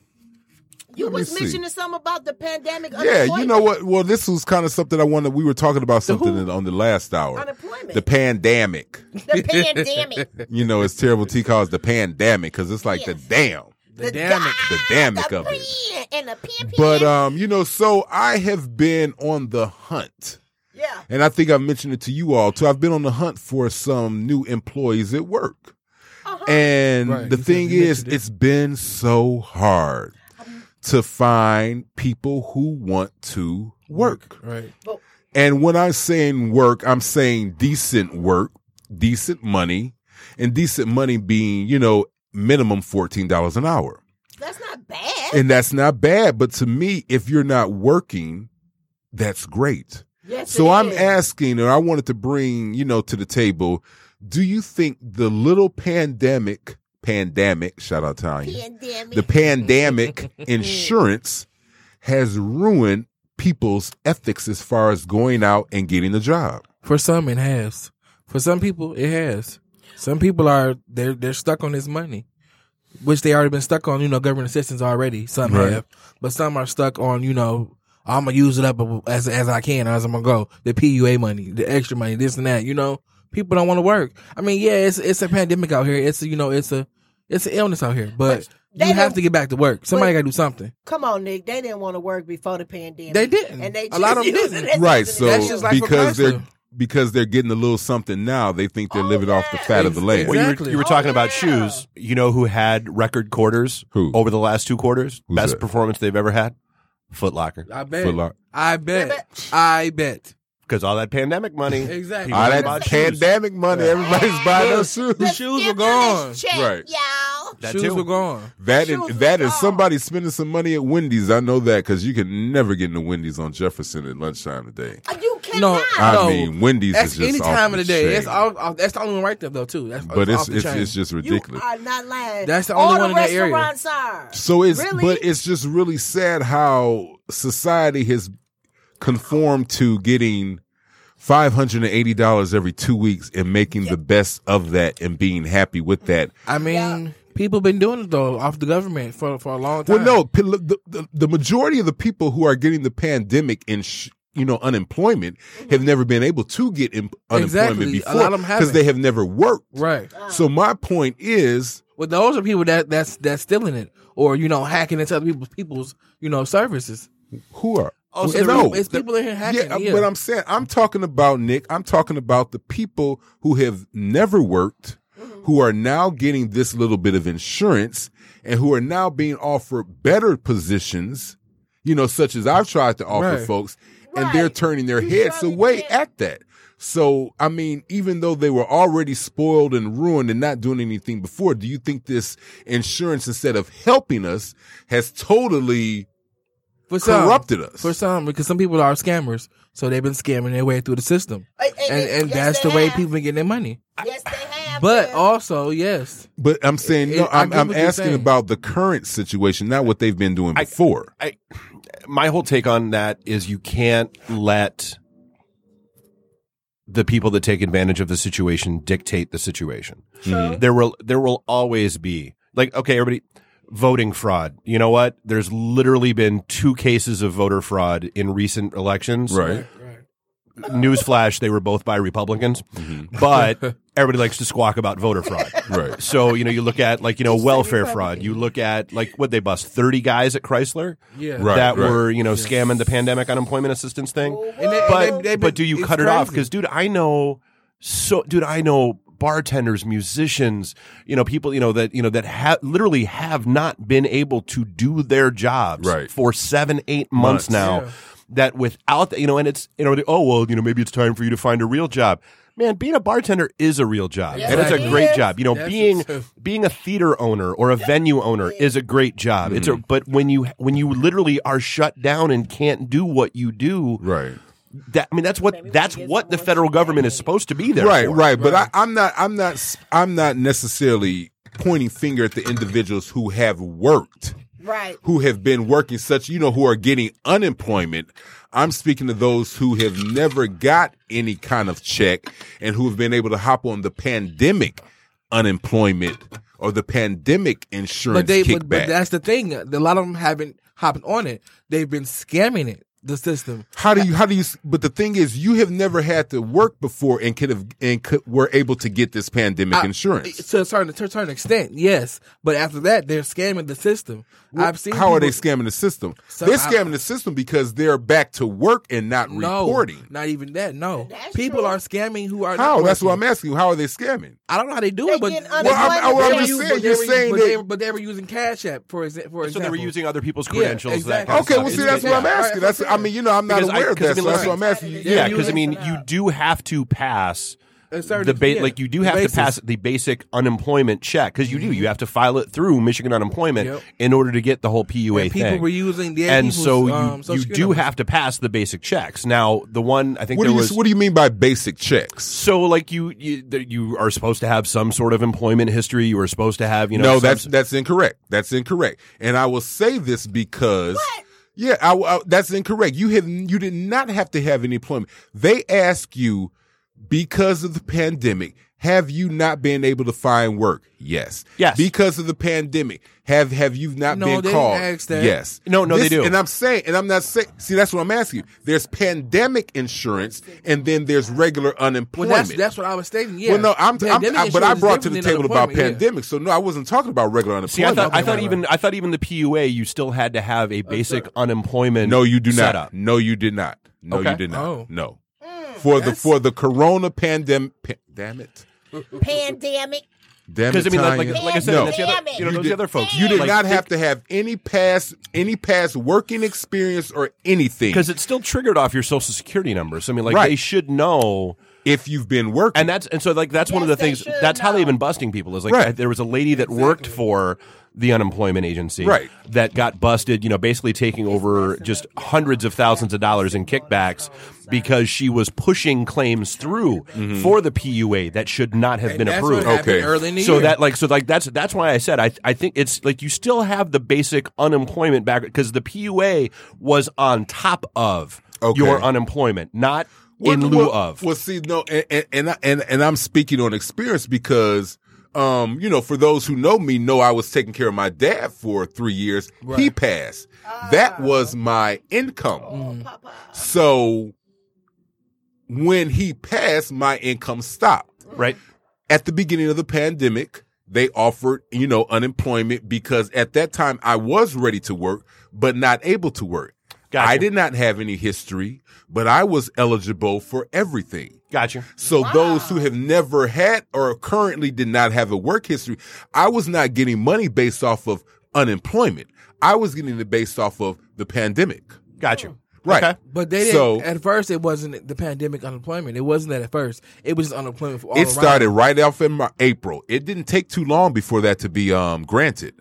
Speaker 2: you
Speaker 4: Let me
Speaker 2: was
Speaker 4: see.
Speaker 2: mentioning something about the pandemic.
Speaker 4: yeah, you
Speaker 2: unemployment.
Speaker 4: know what? Well, this was kind of something I wanted. We were talking about something
Speaker 3: who?
Speaker 4: in- on the last hour.
Speaker 2: Unemployment.
Speaker 4: The pandemic.
Speaker 2: The, pandemic.
Speaker 4: You know, it's terrible. T calls the pandemic because it's like the
Speaker 2: Yes.
Speaker 4: damn,
Speaker 3: the damn it.
Speaker 4: the damic
Speaker 2: The
Speaker 4: of it.
Speaker 2: pen and the pin
Speaker 4: But
Speaker 2: pin.
Speaker 4: um, you know, so I have been on the hunt.
Speaker 2: yeah.
Speaker 4: And I think I've mentioned it to you all too. I've been on the hunt for some new employees at work.
Speaker 2: Uh-huh.
Speaker 4: And
Speaker 3: Right,
Speaker 4: the
Speaker 3: you said
Speaker 4: thing
Speaker 3: you
Speaker 4: is,
Speaker 3: mentioned it.
Speaker 4: it's been so hard to find people who want to work.
Speaker 3: right.
Speaker 4: And when I'm saying work, I'm saying decent work, decent money, and decent money being, you know, minimum $14 an hour.
Speaker 2: That's not bad.
Speaker 4: And that's not bad. But to me, if you're not working, that's great.
Speaker 2: yes,
Speaker 4: So
Speaker 2: it
Speaker 4: I'm
Speaker 2: is.
Speaker 4: asking, or I wanted to bring, you know, to the table, do you think the little pandemic, pandemic, shout out Tanya,
Speaker 2: Pandemic.
Speaker 4: the pandemic
Speaker 2: Mm.
Speaker 4: insurance has ruined people's ethics as far as going out and getting a job?
Speaker 3: For some, it has. For some people, it has. Some people are they're they're stuck on this money, which they already been stuck on. You know, government assistance already. Some
Speaker 4: Right.
Speaker 3: have, but some are stuck on. You know, I'm gonna use it up as as I can, as I'm gonna go. The PUA money, the extra money, this and that. You know, people don't want to work. I mean, yeah, it's it's a pandemic out here. It's a, you know, it's a it's an illness out here, but.
Speaker 2: They
Speaker 3: You have
Speaker 2: don't-
Speaker 3: to get back to work.
Speaker 2: but-
Speaker 3: Somebody got to do something.
Speaker 2: Come on, Nick. They didn't want to work before the pandemic.
Speaker 3: They didn't.
Speaker 2: And they
Speaker 3: A lot of them
Speaker 2: just
Speaker 3: didn't.
Speaker 2: using it as
Speaker 4: Right.
Speaker 2: an
Speaker 4: So
Speaker 3: That's
Speaker 2: excuse.
Speaker 3: just like for
Speaker 4: because they're
Speaker 3: Chrysler.
Speaker 4: because they're getting a little something now, they think they're
Speaker 2: Oh,
Speaker 4: living off the
Speaker 2: yeah.
Speaker 4: fat of the land.
Speaker 5: Well, you were,
Speaker 3: Exactly.
Speaker 5: you were
Speaker 2: Oh,
Speaker 5: talking about
Speaker 2: yeah.
Speaker 5: shoes. You know who had record quarters
Speaker 4: Who?
Speaker 5: over the last two quarters?
Speaker 4: Who's
Speaker 5: Best
Speaker 4: that?
Speaker 5: performance they've ever had? Foot Locker.
Speaker 3: I
Speaker 4: Foot
Speaker 3: bet.
Speaker 4: Locker.
Speaker 3: I bet. I bet.
Speaker 5: Because all that pandemic money.
Speaker 3: Exactly.
Speaker 5: people
Speaker 4: All
Speaker 5: know
Speaker 4: that
Speaker 5: about shoes.
Speaker 4: pandemic money, everybody's buying those shoes.
Speaker 3: The shoes were gone.
Speaker 2: stimulus check,
Speaker 4: Right.
Speaker 2: y'all.
Speaker 5: That
Speaker 3: Shoes
Speaker 5: too.
Speaker 3: were gone.
Speaker 4: That is,
Speaker 2: Shoes
Speaker 4: that
Speaker 2: is
Speaker 4: is
Speaker 2: off.
Speaker 4: somebody spending some money at Wendy's. I know that because you can never get into Wendy's on Jefferson at lunchtime today.
Speaker 2: Uh, You cannot.
Speaker 3: No,
Speaker 4: I
Speaker 3: no.
Speaker 4: mean, Wendy's
Speaker 3: That's
Speaker 4: is just
Speaker 3: any
Speaker 4: off
Speaker 3: time
Speaker 4: the
Speaker 3: of the day.
Speaker 4: chain.
Speaker 3: That's all, all- That's the only one right there though too. That's,
Speaker 4: but it's
Speaker 3: off the
Speaker 4: it's,
Speaker 3: chain.
Speaker 4: it's just
Speaker 2: you
Speaker 4: ridiculous.
Speaker 2: are not lying.
Speaker 3: That's the
Speaker 2: All
Speaker 3: only
Speaker 2: the
Speaker 3: one in that area.
Speaker 2: restaurants are.
Speaker 4: so it's
Speaker 2: Really?
Speaker 4: but it's just really sad how society has conformed to getting five hundred and eighty dollars every two weeks and making the best of that and being happy
Speaker 3: Mm-hmm.
Speaker 4: with that.
Speaker 3: I mean, people been doing it though off the government for for a long
Speaker 4: Well,
Speaker 3: time.
Speaker 4: no, p- the, the the majority of the people who are getting the pandemic and sh- you know unemployment have never been able to get em- unemployment
Speaker 3: Mm-hmm. Exactly. A
Speaker 4: before
Speaker 3: lot of them haven't.
Speaker 4: they have never worked.
Speaker 3: right.
Speaker 4: So my point is,
Speaker 3: Well, those are people that that's that's stealing it or you know hacking into other people's people's you know services.
Speaker 4: who are?
Speaker 5: Oh, so
Speaker 3: it's,
Speaker 5: they're-
Speaker 3: people, it's people in here hacking.
Speaker 4: Yeah,
Speaker 3: Yeah,
Speaker 4: but I'm saying I'm talking about Nick. I'm talking about the people who have never worked,
Speaker 3: Mm-hmm.
Speaker 4: who are now getting this little bit of insurance, and who are now being offered better positions. You know, such as I've tried to offer
Speaker 3: Right.
Speaker 4: folks, and they're
Speaker 2: Right.
Speaker 4: turning their
Speaker 2: You
Speaker 4: heads
Speaker 2: surely
Speaker 4: away
Speaker 2: did.
Speaker 4: at that. So, I mean, even though they were already spoiled and ruined and not doing anything before, do you think this insurance, instead of helping us, has totally
Speaker 3: for some,
Speaker 4: corrupted us?
Speaker 3: um, for some because some people are scammers, so they've been scamming their way through the system,
Speaker 2: Uh, and-
Speaker 3: and and
Speaker 2: yes,
Speaker 3: that's
Speaker 2: they
Speaker 3: the way
Speaker 2: have.
Speaker 3: people been getting their money.
Speaker 2: Yes, they have.
Speaker 3: But
Speaker 2: Bill.
Speaker 3: also, yes,
Speaker 4: But I'm saying
Speaker 3: It-
Speaker 4: no.
Speaker 3: it- I
Speaker 4: I'm,
Speaker 3: get
Speaker 4: I'm
Speaker 3: what you're
Speaker 4: asking
Speaker 3: saying.
Speaker 4: about the current situation, not what they've been doing before.
Speaker 5: I, my whole take on that is you can't let the people that take advantage of the situation dictate the situation.
Speaker 4: Mm-hmm.
Speaker 5: There will there will always be like okay, everybody voting fraud. You know what? There's literally been two cases of voter fraud in recent elections.
Speaker 4: Right.
Speaker 5: Newsflash, they were both by Republicans. But everybody likes to squawk about voter fraud.
Speaker 4: Mm-hmm. Right.
Speaker 5: So, you know, you look at like, you know, welfare fraud. You look at like what they bust 30 guys at Chrysler
Speaker 3: Yeah.
Speaker 4: Right, right.
Speaker 5: that were, you know, scamming the pandemic unemployment assistance thing
Speaker 3: And they-
Speaker 5: but
Speaker 3: and they- they-
Speaker 5: but do you
Speaker 3: it's
Speaker 5: cut it off?
Speaker 3: crazy.
Speaker 5: Because dude, I know so dude, I know bartenders, musicians, you know, people you know that you know that ha- literally have not been able to do their jobs
Speaker 4: Right.
Speaker 5: for seven eight
Speaker 4: Months.
Speaker 5: months, now. That without the- you know, and it's you know, oh well, you know, maybe it's time for you to find a real job. Man, being a bartender is a real job, and it's a
Speaker 3: Exactly.
Speaker 5: great job. You know,
Speaker 3: That's
Speaker 5: being
Speaker 3: true.
Speaker 5: being a theater owner or a venue owner is a great job. It's
Speaker 4: Mm-hmm.
Speaker 5: a but when you when you literally are shut down and can't do what you do,
Speaker 4: Right.
Speaker 5: that I mean, that's what that's what the federal government is supposed to be there.
Speaker 4: right
Speaker 5: for.
Speaker 4: right but I, i'm not i'm not s- i'm not necessarily pointing finger at the individuals who have worked
Speaker 2: Right.
Speaker 4: who have been working such you know who are getting unemployment i'm speaking to those who have never got any kind of check and who have been able to hop on the pandemic unemployment or the pandemic insurance
Speaker 3: But they,
Speaker 4: kickback
Speaker 3: but, but that's the thing. A lot of them haven't hopped on it. They've been scamming it. The system.
Speaker 4: How do you? How do you? s- But the thing is, you have never had to work before and could have and could, were able to get this pandemic insurance.
Speaker 3: To a certain, to a certain extent, yes. But after that, they're scamming the system. I've seen.
Speaker 4: How are they
Speaker 3: people-
Speaker 4: scamming the system?
Speaker 3: So
Speaker 4: they're
Speaker 3: I-
Speaker 4: scamming the system because they're back to work and not
Speaker 3: No,
Speaker 4: reporting.
Speaker 3: not even that. No,
Speaker 2: That's
Speaker 3: people
Speaker 2: true.
Speaker 3: are scamming who are.
Speaker 4: How?
Speaker 3: Not
Speaker 4: That's what I'm
Speaker 3: working.
Speaker 4: asking. you. How are they scamming?
Speaker 3: I don't know how they do
Speaker 2: They
Speaker 3: it, but
Speaker 2: getting
Speaker 3: but-
Speaker 2: unemployment
Speaker 4: Well, I'm- well, I'm
Speaker 3: but
Speaker 4: just
Speaker 3: they were-
Speaker 4: saying,
Speaker 3: but they
Speaker 4: you're
Speaker 3: were-
Speaker 4: saying
Speaker 3: but
Speaker 4: that-
Speaker 3: they, were- but they were using Cash App for, exa- for
Speaker 5: So
Speaker 3: example.
Speaker 5: they were using other people's
Speaker 3: Yeah,
Speaker 5: credentials. that
Speaker 3: exactly.
Speaker 5: kind of
Speaker 4: Okay,
Speaker 5: stuff.
Speaker 4: well, see,
Speaker 5: It's-
Speaker 4: that's what I'm
Speaker 3: yeah,
Speaker 4: asking. That's I mean, you know, I'm not
Speaker 5: Because I-
Speaker 4: aware of
Speaker 5: because I
Speaker 4: that.
Speaker 5: mean,
Speaker 4: so that's
Speaker 5: like-
Speaker 4: what I'm asking. you.
Speaker 5: yeah, because I
Speaker 3: using
Speaker 5: mean,
Speaker 2: it for
Speaker 5: you
Speaker 2: that.
Speaker 5: do have to pass
Speaker 3: A certain-
Speaker 5: the ba-
Speaker 3: yeah,
Speaker 5: like you do have to
Speaker 3: basis.
Speaker 5: pass the basic unemployment check because you do you have to file it through Michigan Unemployment
Speaker 3: Yep.
Speaker 5: in order to get the whole PUA
Speaker 3: And people
Speaker 5: thing.
Speaker 3: were using the
Speaker 5: and
Speaker 3: people's,
Speaker 5: so you
Speaker 3: um, Social
Speaker 5: you
Speaker 3: Security
Speaker 5: do
Speaker 3: numbers.
Speaker 5: have to pass the basic checks. Now the one I think
Speaker 4: What
Speaker 5: there
Speaker 4: do you
Speaker 5: was
Speaker 4: What do you mean by basic checks?
Speaker 5: so like you you that you are supposed to have some sort of employment history. You are supposed to have you know
Speaker 4: no,
Speaker 5: some-
Speaker 4: that's that's incorrect. That's incorrect. And I will say this because yeah, I, I- that's incorrect. You have you did not have to have any employment. They ask you because of the pandemic. Have you not been able to find work? Yes.
Speaker 5: Yes.
Speaker 4: Because of the pandemic, have have you not
Speaker 3: No,
Speaker 4: been
Speaker 3: they
Speaker 4: called?
Speaker 3: ask that.
Speaker 4: Yes.
Speaker 5: No, no, they
Speaker 4: This-
Speaker 5: do.
Speaker 4: And I'm saying, and I'm not saying. See, that's what I'm asking you. There's pandemic insurance, and then there's regular
Speaker 3: Well,
Speaker 4: unemployment.
Speaker 3: that's that's what I was stating. Yeah.
Speaker 4: Well, no, I'm, I'm,
Speaker 3: Pandemic
Speaker 4: I- but I
Speaker 3: insurance is
Speaker 4: brought to the
Speaker 3: different
Speaker 4: table
Speaker 3: than
Speaker 4: about
Speaker 3: unemployment, yeah.
Speaker 4: pandemic, so no, I wasn't talking about regular unemployment.
Speaker 5: See, I thought, I
Speaker 3: Okay,
Speaker 5: thought
Speaker 3: right,
Speaker 5: even I thought even the PUA you still had to have a basic unemployment.
Speaker 4: no, you do not.
Speaker 5: setup.
Speaker 4: No, you did not. No,
Speaker 5: Okay.
Speaker 4: you did not.
Speaker 3: Oh.
Speaker 4: No, for the for the corona pandemic. Pa- damn it,
Speaker 2: Pandemic.
Speaker 4: damn it.
Speaker 5: Because I mean, like, like,
Speaker 4: Tanya.
Speaker 5: like I said,
Speaker 4: no.
Speaker 5: that's the other, you know,
Speaker 4: You
Speaker 5: those
Speaker 4: did-
Speaker 5: other folks.
Speaker 4: you did
Speaker 5: like,
Speaker 4: not have to have any past any past working experience or anything
Speaker 5: because it's still triggered off your social security number. So I mean, like
Speaker 4: Right.
Speaker 5: they should know,
Speaker 4: if you've been working.
Speaker 5: and that's and so like that's one of the
Speaker 2: Yes, they
Speaker 5: things.
Speaker 2: should
Speaker 5: That's how they've
Speaker 2: know.
Speaker 5: been busting people. Is like
Speaker 4: Right.
Speaker 5: I- there was a lady that worked for the unemployment agency,
Speaker 4: Right.
Speaker 5: That got busted, you know, basically taking over just hundreds of thousands of dollars in kickbacks because she was pushing claims through
Speaker 4: Mm-hmm.
Speaker 5: for the PUA that should not have been
Speaker 3: That's what
Speaker 5: approved.
Speaker 3: happened
Speaker 4: Okay.
Speaker 3: Early in the
Speaker 5: so
Speaker 3: year.
Speaker 5: that like so like that's that's why I said I I think it's like you still have the basic unemployment background because the PUA was on top of
Speaker 4: Okay.
Speaker 5: your unemployment, not
Speaker 4: Well,
Speaker 5: in lieu
Speaker 4: well,
Speaker 5: of.
Speaker 4: Well, see, no, and and and, I, and and I'm speaking on experience because, um, you know, for those who know me, know I was taking care of my dad for three years. He passed. that was my income.
Speaker 5: Mm.
Speaker 4: So when he passed, my income stopped
Speaker 5: right?
Speaker 4: at the beginning of the pandemic, they offered, you know, unemployment because at that time I was ready to work, but not able to work.
Speaker 5: Gotcha.
Speaker 4: I did not have any history, but I was eligible for everything.
Speaker 5: Gotcha.
Speaker 4: So those who have never had or currently did not have a work history, I was not getting money based off of unemployment. I was getting it based off of the pandemic.
Speaker 5: Gotcha.
Speaker 4: Right.
Speaker 5: Okay.
Speaker 3: But they didn't.
Speaker 4: So-
Speaker 3: at first, it wasn't the pandemic unemployment. It wasn't that at first. It was just unemployment for all
Speaker 4: it
Speaker 3: around.
Speaker 4: started right off in Mar- April. It didn't take too long before that to be um, granted.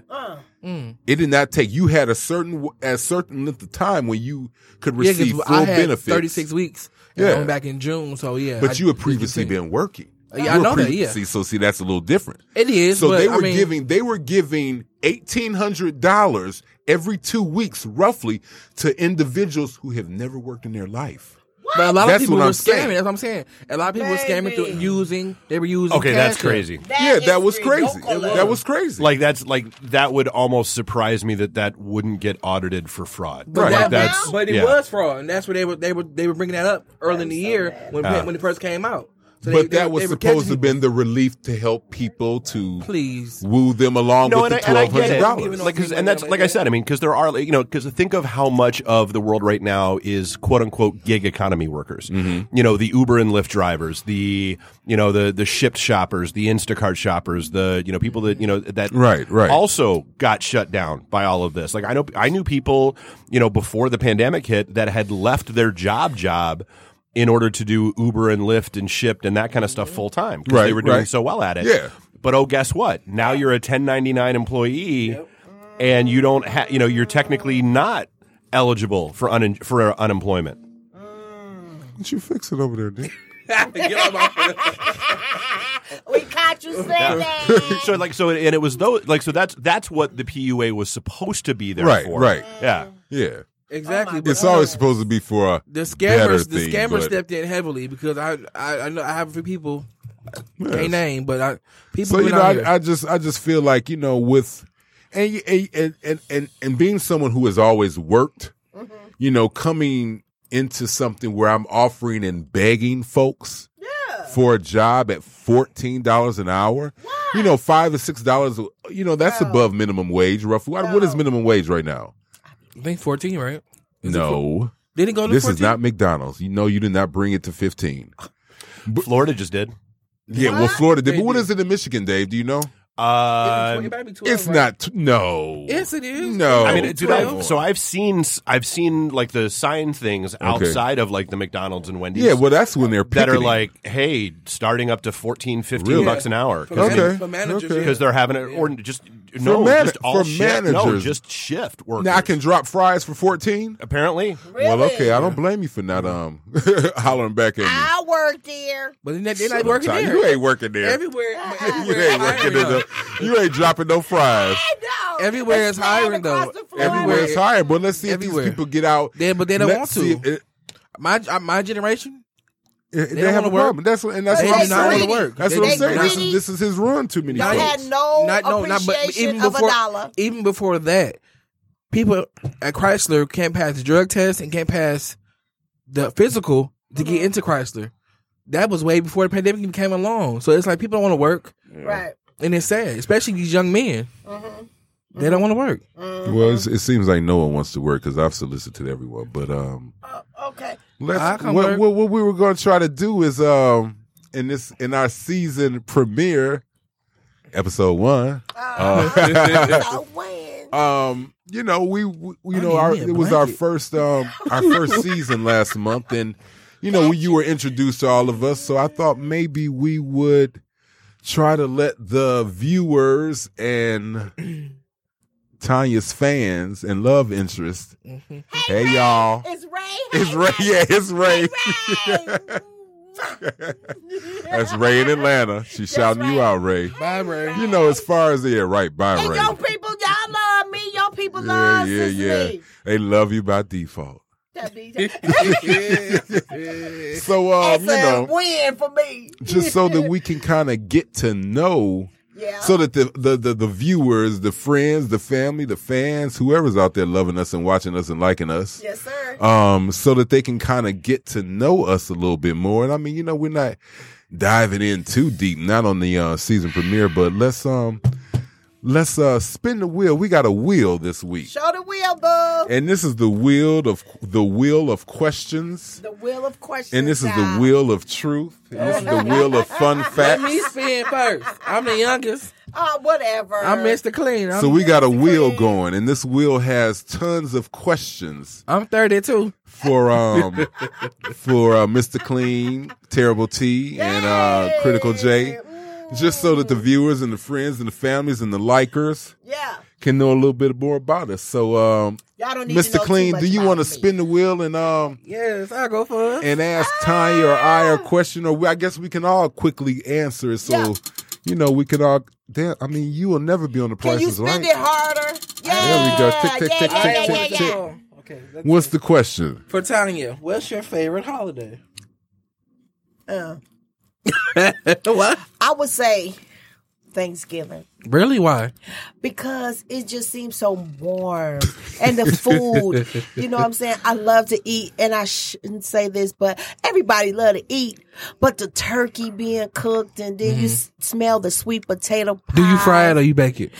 Speaker 3: Mm.
Speaker 4: It did not take. You had a certain w- a certain length of time when you could
Speaker 3: Yeah, 'cause
Speaker 4: receive full
Speaker 3: I had
Speaker 4: benefits.
Speaker 3: 36 weeks. and
Speaker 4: Yeah.
Speaker 3: I'm back in June, so yeah.
Speaker 4: but
Speaker 3: I-
Speaker 4: you had previously
Speaker 3: it's
Speaker 4: been working.
Speaker 3: Yeah,
Speaker 4: You
Speaker 3: I
Speaker 4: were
Speaker 3: know that,
Speaker 4: previ-
Speaker 3: yeah.
Speaker 4: See, so see, that's a little different.
Speaker 3: It is,
Speaker 4: So
Speaker 3: but,
Speaker 4: they
Speaker 3: I
Speaker 4: were
Speaker 3: mean-
Speaker 4: giving they were giving eighteen hundred dollars every two weeks, roughly, to individuals who have never worked in their life.
Speaker 3: But a lot
Speaker 4: That's
Speaker 3: of people
Speaker 4: what
Speaker 3: were
Speaker 4: I'm
Speaker 3: scamming.
Speaker 4: saying.
Speaker 3: That's what I'm saying. A lot of people were scamming
Speaker 2: Baby.
Speaker 3: through using. They were using.
Speaker 5: Okay, that's
Speaker 3: Cash App.
Speaker 5: crazy.
Speaker 4: yeah, that was
Speaker 2: is real
Speaker 4: crazy.
Speaker 2: color.
Speaker 4: That was crazy.
Speaker 5: Like that's like that would almost surprise me that that wouldn't get audited for fraud.
Speaker 3: But,
Speaker 5: Like,
Speaker 3: that,
Speaker 5: that's
Speaker 3: but it
Speaker 5: yeah.
Speaker 3: was fraud, and that's where they were. They were they were bringing that up early in the year when
Speaker 5: Ah.
Speaker 3: when it first came out. So they-
Speaker 4: but
Speaker 3: they-
Speaker 4: that was
Speaker 3: they were
Speaker 4: supposed
Speaker 3: catching
Speaker 4: to have been the relief to help people to
Speaker 3: people. please.
Speaker 4: woo them along
Speaker 5: No,
Speaker 4: with
Speaker 5: and
Speaker 4: the
Speaker 5: I, and I
Speaker 4: twelve
Speaker 5: get
Speaker 4: hundred
Speaker 5: it.
Speaker 4: dollars.
Speaker 5: Like, 'cause- and that's like I said. I mean, because there are, like, you know, because think of how much of the world right now is quote unquote gig economy workers.
Speaker 4: Mm-hmm.
Speaker 5: You know, the Uber and Lyft drivers, the you know the the Shipt shoppers, the Instacart shoppers, the you know people that you know that
Speaker 4: Right, right.
Speaker 5: also got shut down by all of this. Like I know I knew people you know before the pandemic hit that had left their job job. In order to do Uber and Lyft and Shipped and that kind of stuff full time because
Speaker 4: Mm-hmm.
Speaker 5: they
Speaker 4: Right,
Speaker 5: were doing
Speaker 4: right.
Speaker 5: so well at it.
Speaker 4: Yeah.
Speaker 5: But oh, guess what? Now you're a 1099 employee, and you don't have you know you're technically not eligible for un- for unemployment.
Speaker 4: Didn't you fix it over there, dude?
Speaker 3: Get out of my-
Speaker 2: We caught you saying that.
Speaker 5: So like so and it was though like so that's that's what the PUA was supposed to be there
Speaker 4: Right,
Speaker 5: for.
Speaker 4: right.
Speaker 5: Yeah.
Speaker 4: Yeah,
Speaker 3: exactly. but- uh,
Speaker 4: it's always supposed to be for a
Speaker 3: the
Speaker 4: better
Speaker 3: scammers.
Speaker 4: thing,
Speaker 3: the scammers
Speaker 4: but-
Speaker 3: stepped in heavily because I I, I know I have a few people.
Speaker 4: Yes.
Speaker 3: Can't name, but I people.
Speaker 4: So you
Speaker 3: been
Speaker 4: know,
Speaker 3: out here.
Speaker 4: I, I just I just feel like you know with and you- and and and, and, and being someone who has always worked, you know, coming into something where I'm offering and begging folks for a job at fourteen dollars an hour. You know, five or six dollars. You know, that's above minimum wage. Roughly, What- what is minimum wage right now?
Speaker 3: I think fourteen, right?
Speaker 4: no,
Speaker 3: Did it go to
Speaker 4: this
Speaker 3: 14?
Speaker 4: is not McDonald's. You know, you did not bring it to fifteen.
Speaker 5: Florida just did.
Speaker 4: Yeah, well, Florida did.
Speaker 3: They
Speaker 4: But what
Speaker 3: did.
Speaker 4: is it in Michigan, Dave? Do you know?
Speaker 5: Uh,
Speaker 3: It might be 12,
Speaker 4: It's
Speaker 3: right?
Speaker 4: not. T- no.
Speaker 3: Yes, it is.
Speaker 4: No.
Speaker 5: I mean,
Speaker 3: it's
Speaker 5: dude,
Speaker 3: twelve.
Speaker 5: I, so I've seen s- I've seen like the sign things outside of like the McDonald's and Wendy's.
Speaker 4: Yeah, well, that's when they're
Speaker 5: that are
Speaker 4: picketing.
Speaker 5: like, hey, starting up to 14, 15
Speaker 4: Really?
Speaker 5: bucks an hour. 'Cause
Speaker 4: Okay.
Speaker 5: they-
Speaker 3: For managers,
Speaker 4: okay.
Speaker 3: yeah.
Speaker 5: because they're having it or just no
Speaker 4: mana-
Speaker 5: just all
Speaker 4: for
Speaker 5: shift, no
Speaker 4: managers.
Speaker 5: just shift workers.
Speaker 4: Now I can drop fries for fourteen.
Speaker 5: apparently
Speaker 4: Well, okay, I don't blame you for not um
Speaker 5: Mm-hmm.
Speaker 4: hollering back at me.
Speaker 2: I work there.
Speaker 3: But they're not, they're not Ah, working
Speaker 4: Ty,
Speaker 3: there.
Speaker 4: You ain't working there.
Speaker 3: Everywhere,
Speaker 4: you
Speaker 3: everywhere
Speaker 4: ain't
Speaker 3: is
Speaker 4: working in
Speaker 3: hiring,
Speaker 4: the. You ain't dropping no fries.
Speaker 2: I know.
Speaker 3: Everywhere
Speaker 2: It's
Speaker 3: is hiring,
Speaker 2: mad
Speaker 3: though.
Speaker 2: across the floor.
Speaker 4: Everywhere is hiring, but let's see if
Speaker 3: Everywhere.
Speaker 4: these people get out.
Speaker 3: They- but they don't
Speaker 4: Let's
Speaker 3: want
Speaker 4: see
Speaker 3: to.
Speaker 4: if it-
Speaker 3: though. My uh, my generation,
Speaker 4: it- they,
Speaker 3: don't
Speaker 4: have a
Speaker 3: wanna work.
Speaker 4: problem. That's what, and that's
Speaker 3: They
Speaker 4: what I'm
Speaker 3: do not
Speaker 4: saying.
Speaker 3: wanna work.
Speaker 4: That's
Speaker 3: They
Speaker 4: what I'm
Speaker 3: do
Speaker 4: saying. This
Speaker 2: not.
Speaker 4: is, this is his run too many
Speaker 3: Not
Speaker 4: folks.
Speaker 2: had no
Speaker 3: even
Speaker 2: appreciation of a
Speaker 3: before,
Speaker 2: dollar.
Speaker 3: Even before that, people at Chrysler can't pass the drug test and can't pass the physical to
Speaker 2: Mm-hmm.
Speaker 3: get into Chrysler. That was way before the pandemic even came along. So it's like people don't want to work,
Speaker 2: Right.
Speaker 3: and it's sad, especially these young men.
Speaker 2: Mm-hmm.
Speaker 3: They don't want to work.
Speaker 4: Well, it's, it seems like no one wants to work because I've solicited everyone. But um,
Speaker 2: Oh, okay.
Speaker 3: I
Speaker 4: let's
Speaker 3: can
Speaker 4: what,
Speaker 3: work.
Speaker 4: what, what we were going to try to do is um in this in our season premiere episode one.
Speaker 2: Uh, I win.
Speaker 4: Um, you know we, we you know
Speaker 3: need
Speaker 4: our
Speaker 3: me a
Speaker 4: it was our
Speaker 3: blanket.
Speaker 4: first um our first season last month, and you know you were introduced to all of us, so I thought maybe we would try to let the viewers and Tanya's fans and love interest. Hey, y'all.
Speaker 2: It's Ray.
Speaker 4: It's Ray. Yeah, it's Ray. That's Ray in Atlanta. She's shouting you
Speaker 2: right.
Speaker 4: out, Ray.
Speaker 3: Bye, Ray.
Speaker 4: You know, as far as yeah, right. Bye,
Speaker 2: And
Speaker 4: Ray.
Speaker 2: your people, y'all love me. Your people
Speaker 4: Yeah,
Speaker 2: love
Speaker 4: yeah, yeah.
Speaker 2: Cicely.
Speaker 4: They love you by default.
Speaker 2: That be- That's
Speaker 4: So, um, you
Speaker 2: a
Speaker 4: know,
Speaker 2: win for me.
Speaker 4: just so that we can kind of get to know,
Speaker 2: Yeah.
Speaker 4: so that the, the the the viewers, the friends, the family, the fans, whoever's out there loving us and watching us and liking us,
Speaker 2: yes, sir.
Speaker 4: um, so that they can kind of get to know us a little bit more. And I mean, you know, we're not diving in too deep, not on the uh, season premiere, but let's um, let's uh, spin the wheel. We got a wheel this week,
Speaker 2: Show the wheel, boo.
Speaker 4: and this is the wheel of the wheel of questions,
Speaker 2: The wheel of questions.
Speaker 4: and this is the
Speaker 2: y'all.
Speaker 4: wheel of truth, and this is the wheel of fun
Speaker 3: Let me
Speaker 4: facts.
Speaker 3: spin first. I'm the youngest.
Speaker 2: Oh, whatever.
Speaker 3: I'm Mr. Clean. I'm,
Speaker 4: So we got a wheel going, and this wheel has tons of questions.
Speaker 3: I'm 32.
Speaker 4: for um for uh, Mr. Clean, Terrible T, and uh, Critical J,
Speaker 2: Mm,
Speaker 4: just so that the viewers and the friends and the families and the likers
Speaker 2: Yeah.
Speaker 4: can know a little bit more about us. So, um,
Speaker 2: Y'all don't need to
Speaker 4: Mr.
Speaker 2: know
Speaker 4: Clean,
Speaker 2: too
Speaker 4: do
Speaker 2: much
Speaker 4: you
Speaker 2: about
Speaker 4: want to
Speaker 2: me.
Speaker 4: spin the wheel and um
Speaker 3: Yes, I'll go first.
Speaker 4: and ask Tanya or I a question, or we, I guess we can all quickly answer it. So,
Speaker 2: Ah! Yeah.
Speaker 4: you know, we can all. Damn, I mean, you will never be on the
Speaker 2: Can
Speaker 4: Price
Speaker 2: you
Speaker 4: is
Speaker 2: spend it
Speaker 4: Right.
Speaker 2: harder? Yeah.
Speaker 4: There we go. Tick, tick,
Speaker 2: yeah,
Speaker 4: tick,
Speaker 2: yeah,
Speaker 4: tick,
Speaker 2: yeah,
Speaker 4: tick,
Speaker 2: yeah,
Speaker 4: tick.
Speaker 2: yeah.
Speaker 3: Okay. let's
Speaker 4: What's
Speaker 3: see.
Speaker 4: the question?
Speaker 3: for Tanya? What's your favorite holiday?
Speaker 2: Uh,
Speaker 3: what?
Speaker 2: I would say Thanksgiving.
Speaker 3: Really? Why?
Speaker 2: because it just seems so warm and the food you know what i'm saying i love to eat and i shouldn't say this but everybody love to eat but the turkey being cooked and then
Speaker 4: Mm-hmm.
Speaker 2: you s- smell the sweet potato pie
Speaker 3: Do you fry it or you bake it?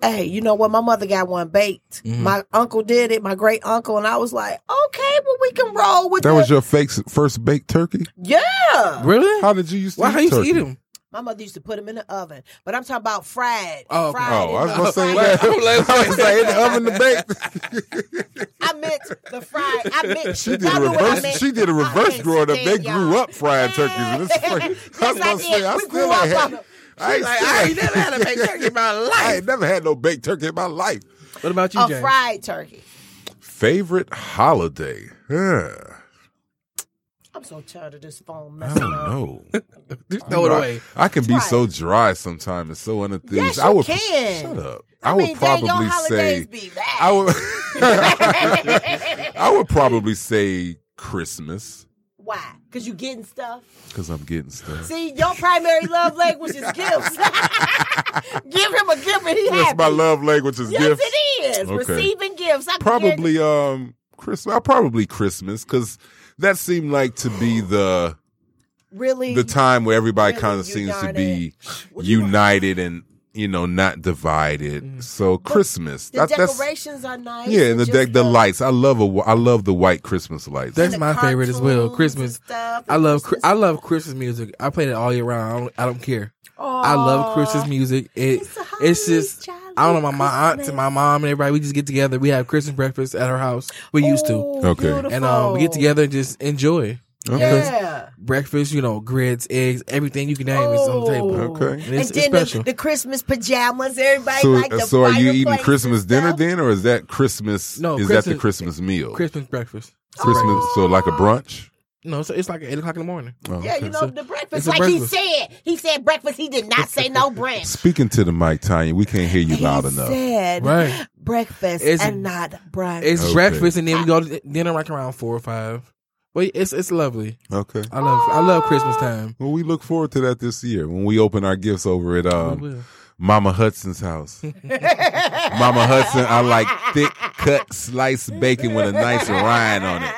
Speaker 2: hey you know what my mother got one baked
Speaker 4: Mm-hmm.
Speaker 2: my uncle did it my great uncle and i was like okay well we can roll with
Speaker 4: That
Speaker 2: the-
Speaker 4: was your fake first baked turkey.
Speaker 2: yeah
Speaker 3: Really?
Speaker 4: How did you used to
Speaker 3: Why?
Speaker 4: eat
Speaker 3: How you
Speaker 4: turkey?
Speaker 3: eat them?
Speaker 2: my mother used to put them in the oven but i'm talking about fried
Speaker 3: Oh, okay.
Speaker 2: fried
Speaker 4: Oh, I was gonna say
Speaker 2: fried-
Speaker 4: that. I was like in the oven to bake.
Speaker 2: I meant the fried. I meant
Speaker 4: She did
Speaker 2: y'all
Speaker 4: a
Speaker 2: knew what I
Speaker 4: reverse.
Speaker 2: meant.
Speaker 4: She did a
Speaker 2: I
Speaker 4: reverse
Speaker 2: can't
Speaker 4: growing up. They
Speaker 2: stand y'all.
Speaker 4: grew up frying turkeys. And it's like, I was
Speaker 2: Yes, I
Speaker 4: gonna say,
Speaker 2: did.
Speaker 4: I
Speaker 2: We
Speaker 4: still
Speaker 2: grew
Speaker 4: ain't
Speaker 2: up
Speaker 4: had.
Speaker 2: on-
Speaker 4: I ain't still ain't-
Speaker 3: in my
Speaker 4: I ain't never had no baked turkey in my life.
Speaker 3: What about you,
Speaker 2: A
Speaker 3: James?
Speaker 2: fried turkey.
Speaker 4: Favorite holiday? Huh.
Speaker 2: I'm so tired of this phone
Speaker 4: I
Speaker 2: messing
Speaker 4: don't
Speaker 2: up.
Speaker 4: know.
Speaker 3: Just throw it away.
Speaker 4: I can be
Speaker 2: Try.
Speaker 4: so dry sometimes and so
Speaker 2: Yes,
Speaker 4: unenthusiastic.
Speaker 2: you
Speaker 4: I would,
Speaker 2: can.
Speaker 4: Shut up.
Speaker 2: I,
Speaker 4: I,
Speaker 2: mean,
Speaker 4: would
Speaker 2: dang,
Speaker 4: probably
Speaker 2: your holidays
Speaker 4: say.
Speaker 2: be
Speaker 4: I
Speaker 2: bad.
Speaker 4: would. I would probably say Christmas
Speaker 2: Why? Because you getting stuff.
Speaker 4: because I'm getting stuff.
Speaker 2: See, your primary love language is gifts. Give him a gift and he
Speaker 4: Yes,
Speaker 2: happy.
Speaker 4: my love language is
Speaker 2: Yes,
Speaker 4: gifts.
Speaker 2: it is.
Speaker 4: Okay.
Speaker 2: Receiving gifts. I can guarantee-
Speaker 4: Probably um Christmas. Probably Christmas because that seemed like to be the
Speaker 2: really.
Speaker 4: the time where everybody
Speaker 2: Really
Speaker 4: kind of seems to
Speaker 2: united.
Speaker 4: be united and you know not divided.
Speaker 3: Mm.
Speaker 4: So Christmas.
Speaker 2: the
Speaker 4: That- that's
Speaker 2: decorations are nice.
Speaker 4: yeah, and the
Speaker 2: just
Speaker 4: deck the lights. I love a I love the white Christmas lights.
Speaker 3: That's
Speaker 2: the
Speaker 3: my favorite as well.
Speaker 2: cartoons and
Speaker 3: Christmas.
Speaker 2: stuff
Speaker 3: I
Speaker 2: and
Speaker 3: love
Speaker 2: Christmas.
Speaker 3: I love Christmas music. I play it all year round. I don't, I don't care.
Speaker 2: Aw.
Speaker 3: I love Christmas music. It,
Speaker 2: It's a holly
Speaker 3: it's just
Speaker 2: jolly
Speaker 3: I don't know. My, my aunts
Speaker 2: Christmas.
Speaker 3: and my mom and everybody we just get together. We have Christmas breakfast at our house. We used to,
Speaker 2: Ooh,
Speaker 4: Okay.
Speaker 2: Beautiful.
Speaker 3: and um, we get together and just enjoy
Speaker 2: Yeah.
Speaker 3: breakfast. You know, grits, eggs, everything you can name is on the table.
Speaker 2: Oh.
Speaker 4: Okay.
Speaker 3: And it's,
Speaker 2: and
Speaker 3: it's
Speaker 2: then
Speaker 3: special.
Speaker 2: the, the Christmas pajamas, everybody
Speaker 4: So,
Speaker 2: like the
Speaker 4: so are you eating
Speaker 2: fireplace
Speaker 4: Christmas
Speaker 2: and
Speaker 4: dinner
Speaker 2: stuff.
Speaker 4: then, or is that Christmas?
Speaker 3: No,
Speaker 4: is that the Christmas meal?
Speaker 3: Christmas breakfast.
Speaker 4: Christmas, so like a brunch.
Speaker 3: No, so it's like eight o'clock in the morning.
Speaker 4: Oh,
Speaker 2: Yeah,
Speaker 4: okay.
Speaker 2: you know the breakfast.
Speaker 3: it's a
Speaker 2: Like
Speaker 3: breakfast.
Speaker 2: he said, he said breakfast. He did not say no brunch.
Speaker 4: Speaking to the mic, Tanya, we can't hear you
Speaker 2: he
Speaker 4: loud enough.
Speaker 2: said
Speaker 3: Right.
Speaker 2: breakfast
Speaker 3: It's-
Speaker 2: and not brunch.
Speaker 3: It's
Speaker 4: Okay.
Speaker 3: breakfast, and then we go to dinner like around four or five. But it's it's lovely.
Speaker 4: Okay.
Speaker 3: I love I love Christmas time.
Speaker 4: Well, we look forward to that this year when we open our gifts over at
Speaker 3: I
Speaker 4: um,
Speaker 3: will.
Speaker 4: Mama Hudson's house. Mama Hudson, I like thick cut sliced bacon with a nice rind on it.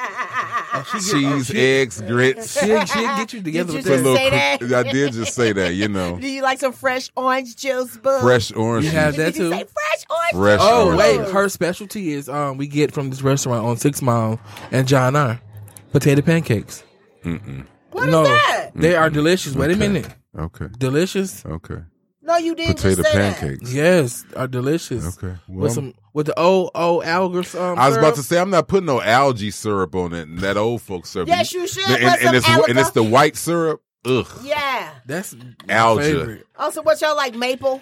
Speaker 2: Oh,
Speaker 4: Cheese, eggs, grits.
Speaker 3: She'll, she'll get you together
Speaker 2: you
Speaker 3: with
Speaker 4: Put a
Speaker 2: just
Speaker 3: that.
Speaker 4: little
Speaker 2: say
Speaker 4: cr-
Speaker 2: that?
Speaker 4: I did just say that, you know.
Speaker 2: Do you like some fresh orange juice, boo?
Speaker 4: Fresh orange.
Speaker 3: You have
Speaker 2: Did
Speaker 4: juice.
Speaker 3: that
Speaker 2: you
Speaker 3: too.
Speaker 2: say fresh orange?
Speaker 4: Fresh
Speaker 3: Oh
Speaker 4: orange.
Speaker 3: wait,
Speaker 4: juice.
Speaker 3: her specialty is um we get from this restaurant on Six Mile and John R. Potato pancakes.
Speaker 2: What is
Speaker 3: no,
Speaker 2: that?
Speaker 3: they are delicious. Wait a
Speaker 4: Okay.
Speaker 3: minute,
Speaker 4: Okay.
Speaker 3: delicious.
Speaker 4: Okay.
Speaker 2: No, you didn't. just
Speaker 4: Potato
Speaker 2: say that.
Speaker 4: pancakes.
Speaker 3: Yes, are delicious.
Speaker 4: Okay. Well,
Speaker 3: with
Speaker 4: I'm-
Speaker 3: some with the old old algers. Um,
Speaker 4: I was about to
Speaker 3: syrup.
Speaker 4: say I'm not putting no algae syrup on it, and that old folks syrup.
Speaker 2: Yes, you should
Speaker 4: And,
Speaker 2: put
Speaker 4: and
Speaker 2: some
Speaker 4: it's wh- and
Speaker 2: alga-
Speaker 4: it's the white syrup. Ugh.
Speaker 2: Yeah.
Speaker 3: that's my
Speaker 4: Alga.
Speaker 3: favorite.
Speaker 2: Also, what y'all like? Maple.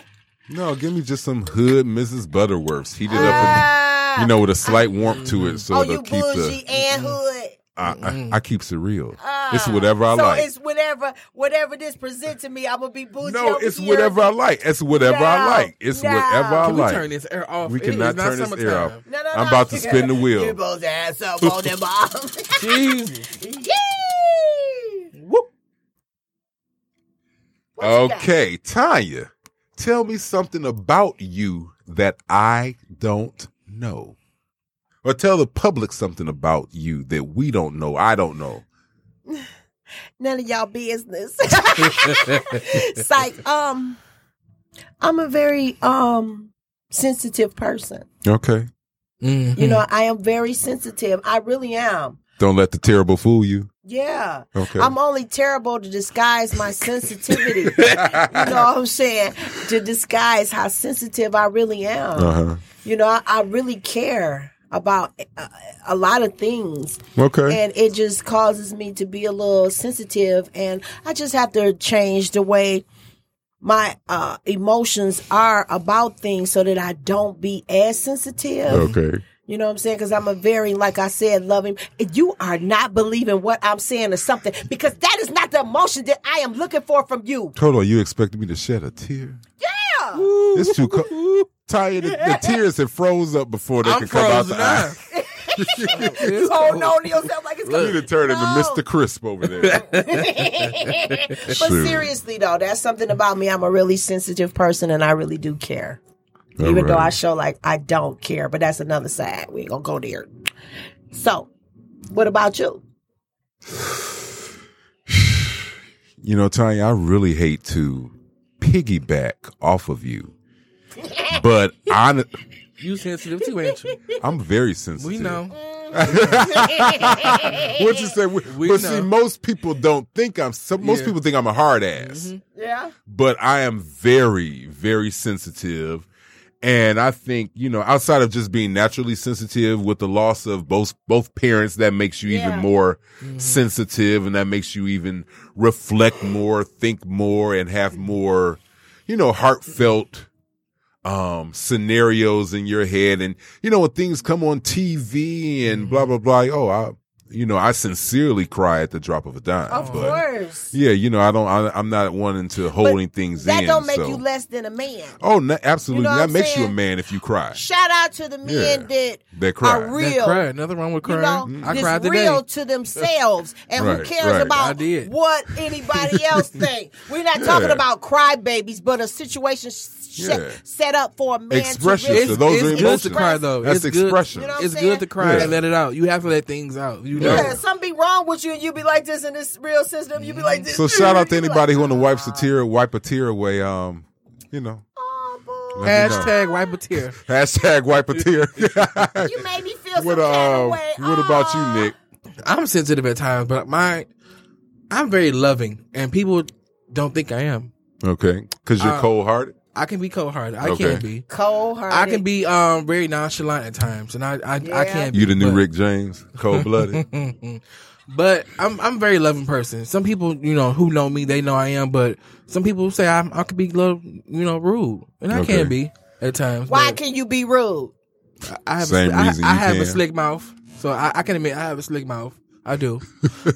Speaker 4: No, give me just some hood Mrs. Butterworths heated up,
Speaker 2: Ah.
Speaker 4: and, you know, with a slight warmth to it, so
Speaker 2: oh,
Speaker 4: it'll
Speaker 2: you
Speaker 4: keep
Speaker 2: bougie
Speaker 4: the.
Speaker 2: and hood.
Speaker 4: I, I, I keeps it real.
Speaker 2: Ah.
Speaker 4: it's whatever I
Speaker 2: so
Speaker 4: like.
Speaker 2: it's whatever whatever this presents to me. I'm gonna be bougie.
Speaker 4: no,
Speaker 2: over
Speaker 4: it's
Speaker 2: here.
Speaker 4: whatever I like. It's whatever I
Speaker 2: No,
Speaker 4: like. It's
Speaker 2: no.
Speaker 4: whatever I
Speaker 3: Can we
Speaker 4: like.
Speaker 3: turn this air off?
Speaker 4: We
Speaker 3: It is
Speaker 4: cannot
Speaker 3: not
Speaker 4: turn this air off.
Speaker 3: summertime.
Speaker 2: No, no, no.
Speaker 4: I'm about to spin the wheel.
Speaker 2: You both ass up on them all.
Speaker 3: Jesus.
Speaker 2: Yay!
Speaker 3: Whoop.
Speaker 2: What you got?
Speaker 4: Okay, Tanya, tell me something about you that I don't know. Or tell the public something about you that we don't know, I don't know.
Speaker 2: None of y'all business. it's like um, I'm a very um sensitive person.
Speaker 4: Okay.
Speaker 3: Mhm.
Speaker 2: You know,
Speaker 4: Mm.
Speaker 2: I am very sensitive. I really am.
Speaker 4: Don't let the terrible fool you.
Speaker 2: Yeah.
Speaker 4: Okay.
Speaker 2: I'm only terrible to disguise my sensitivity. you know what I'm saying? To disguise how sensitive I really am.
Speaker 4: uh-huh.
Speaker 2: You know, I, I really care about uh, a lot of things.
Speaker 4: Okay.
Speaker 2: And it just causes me to be a little sensitive. And I just have to change the way my uh, emotions are about things so that I don't be as sensitive.
Speaker 4: okay.
Speaker 2: You know what I'm saying? Because I'm a very, like I said, loving. You are not believing what I'm saying or something because that is not the emotion that I am looking for from you.
Speaker 4: Hold on, you expected me to shed a tear?
Speaker 2: Yeah.
Speaker 4: It's too cold. Tanya, the, the tears have froze up before they
Speaker 3: I'm
Speaker 4: could come out
Speaker 3: frozen
Speaker 4: the
Speaker 3: now.
Speaker 4: eye.
Speaker 2: you hold on to yourself like it's
Speaker 4: You
Speaker 2: coming.
Speaker 4: to turn into
Speaker 2: No.
Speaker 4: Mr. Crisp over there.
Speaker 2: but seriously though, that's something about me. I'm a really sensitive person, and I really do care. Even though I show like I don't care, but that's another side. We ain't gonna go there. So, what about you?
Speaker 4: You know, Tanya, I really hate to piggyback off of you, but I,
Speaker 3: You sensitive too, ain't you?
Speaker 4: I'm very sensitive.
Speaker 3: We know.
Speaker 4: What you say? We,
Speaker 3: We
Speaker 4: but see,
Speaker 3: know.
Speaker 4: most people don't think I'm. Some,
Speaker 3: Yeah.
Speaker 4: Most
Speaker 3: Mm-hmm.
Speaker 4: people think I'm a hard ass,
Speaker 2: Yeah.
Speaker 4: but I am very, very sensitive. And I think you know, outside of just being naturally sensitive, with the loss of both both parents, that makes you
Speaker 2: Yeah. Mm-hmm.
Speaker 4: even more sensitive, and that makes you even reflect more, think more, and have more, you know, heartfelt um scenarios in your head and you know when things come on TV and blah
Speaker 2: Mm-hmm.
Speaker 4: blah blah oh I you know I sincerely cry at the drop of a dime
Speaker 2: Of
Speaker 4: but
Speaker 2: course.
Speaker 4: yeah you know I don't I, I'm not one into holding things
Speaker 2: that
Speaker 4: in
Speaker 2: don't make
Speaker 4: so.
Speaker 2: you less than a man.
Speaker 4: oh no, absolutely
Speaker 2: You know what
Speaker 4: that
Speaker 2: I'm
Speaker 4: makes you a
Speaker 2: saying?
Speaker 4: man if you cry
Speaker 2: Shout out to the men
Speaker 4: Yeah.
Speaker 2: that
Speaker 4: That cry.
Speaker 2: are
Speaker 4: That
Speaker 3: That
Speaker 2: real.
Speaker 3: cry, nothing wrong with
Speaker 2: You
Speaker 3: crying.
Speaker 4: Mm.
Speaker 2: know,
Speaker 3: I
Speaker 2: that's
Speaker 3: cried today.
Speaker 2: real to themselves and who
Speaker 4: Right,
Speaker 2: cares
Speaker 4: right.
Speaker 3: I
Speaker 2: about
Speaker 3: did.
Speaker 2: what anybody else think. We're not talking
Speaker 4: Yeah.
Speaker 2: about crybabies, but a situation sh-
Speaker 4: Yeah.
Speaker 2: set up for a man
Speaker 4: Expression,
Speaker 2: to really
Speaker 4: so those are
Speaker 3: it's good to
Speaker 4: emotions.
Speaker 3: cry though.
Speaker 4: that's
Speaker 3: it's
Speaker 4: expression
Speaker 2: You know- what I'm
Speaker 3: Good. It's
Speaker 2: saying?
Speaker 3: good to cry
Speaker 4: Yeah.
Speaker 3: and let it out. You have to let things out. You know.
Speaker 4: Yeah.
Speaker 2: Yeah, something be wrong with you, and you be like this in this real system. You be like this.
Speaker 4: Mm. so shout out to
Speaker 2: You be
Speaker 4: anybody who
Speaker 2: like,
Speaker 4: want to wipe a tear wipe a tear away um you know
Speaker 2: "Aw, boo.
Speaker 4: Let me know.
Speaker 3: Hashtag wipe a tear.
Speaker 4: hashtag wipe a tear
Speaker 2: You made me feel some
Speaker 4: what
Speaker 2: kind of
Speaker 4: um
Speaker 2: way.
Speaker 4: what about
Speaker 2: Aw.
Speaker 4: you Nick
Speaker 3: I'm sensitive at times, but my I'm very loving, and people don't think I am.
Speaker 4: okay because you're
Speaker 3: Uh,
Speaker 4: cold hearted
Speaker 3: I can be cold hearted. I
Speaker 4: Okay.
Speaker 3: can be.
Speaker 2: Cold hearted.
Speaker 3: I can be um very nonchalant at times, and I I,
Speaker 2: Yeah.
Speaker 3: I can't.
Speaker 4: You
Speaker 3: be,
Speaker 4: the new
Speaker 3: but,
Speaker 4: Rick James, cold blooded.
Speaker 3: but I'm I'm a very loving person. Some people, you know, who know me, they know I am. But some people say I'm, I could be love, you know, rude, and I
Speaker 4: Okay.
Speaker 3: can be at times.
Speaker 2: Why
Speaker 3: but
Speaker 2: can you be rude?
Speaker 3: I have
Speaker 4: Same
Speaker 3: a, sli-
Speaker 4: reason
Speaker 3: I, I
Speaker 4: you
Speaker 3: have a
Speaker 4: can.
Speaker 3: slick mouth, so I, I can admit I have a slick mouth. I do,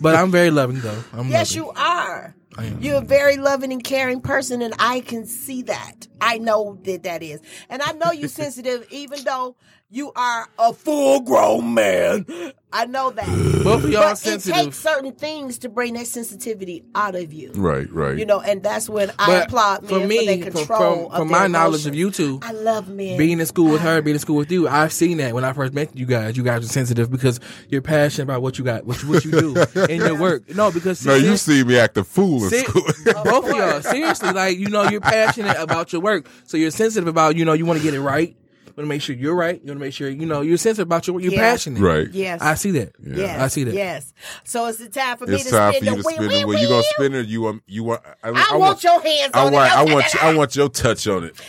Speaker 3: but I'm very loving though. I'm
Speaker 2: Yes,
Speaker 3: loving.
Speaker 2: you are.
Speaker 3: I am.
Speaker 2: You're a very loving and caring person, and I can see that. I know that that is, and I know you're sensitive, even though you are a full grown man. I know that.
Speaker 3: Both of y'all
Speaker 2: But it
Speaker 3: sensitive.
Speaker 2: takes certain things to bring that sensitivity out of you.
Speaker 4: right, right.
Speaker 2: You know, and that's when I applaud men
Speaker 3: for me,
Speaker 2: their
Speaker 3: from-
Speaker 2: control
Speaker 3: from,
Speaker 2: of
Speaker 3: from
Speaker 2: their
Speaker 3: my knowledge of
Speaker 2: emotions.
Speaker 3: you two,
Speaker 2: I love men.
Speaker 3: being in school with her, being in school with you, I've seen that when I first met you guys. You guys are sensitive because you're passionate about what you got, what you, what you do in your work. No, because
Speaker 4: no, you
Speaker 3: serious-
Speaker 4: see me act a fool in
Speaker 3: se-
Speaker 4: school.
Speaker 3: both of y'all seriously, like you know, you're passionate about your work, so you're sensitive about you know you want to get it right, you want to make sure you're right, you want to make sure you know you're sensitive about your work, you're
Speaker 2: Yeah.
Speaker 3: passionate,
Speaker 4: right.
Speaker 2: yes,
Speaker 3: I see that.
Speaker 2: Yes,
Speaker 3: I see that.
Speaker 2: Yes. So it's the time for me
Speaker 4: It's
Speaker 2: to
Speaker 4: time for
Speaker 2: spin the
Speaker 4: you to
Speaker 2: wheel.
Speaker 4: spin it.
Speaker 2: Wheel,
Speaker 4: Well, you gonna
Speaker 2: wheel.
Speaker 4: spin it? You want? You want? I,
Speaker 2: I, want your hands
Speaker 4: I
Speaker 2: on
Speaker 4: want.
Speaker 2: it.
Speaker 4: I want. you- I want your touch on it.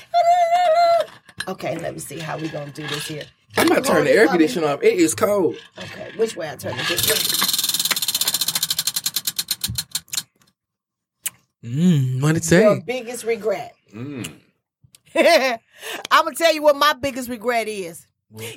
Speaker 2: Okay, let me see how we gonna do this here.
Speaker 3: I'm not turning the air conditioner off. It is cold.
Speaker 2: Okay, which way I turn it? This way.
Speaker 3: What it
Speaker 2: Your
Speaker 3: say?
Speaker 2: biggest regret.
Speaker 4: Mm.
Speaker 2: I'm gonna tell you what my biggest regret is.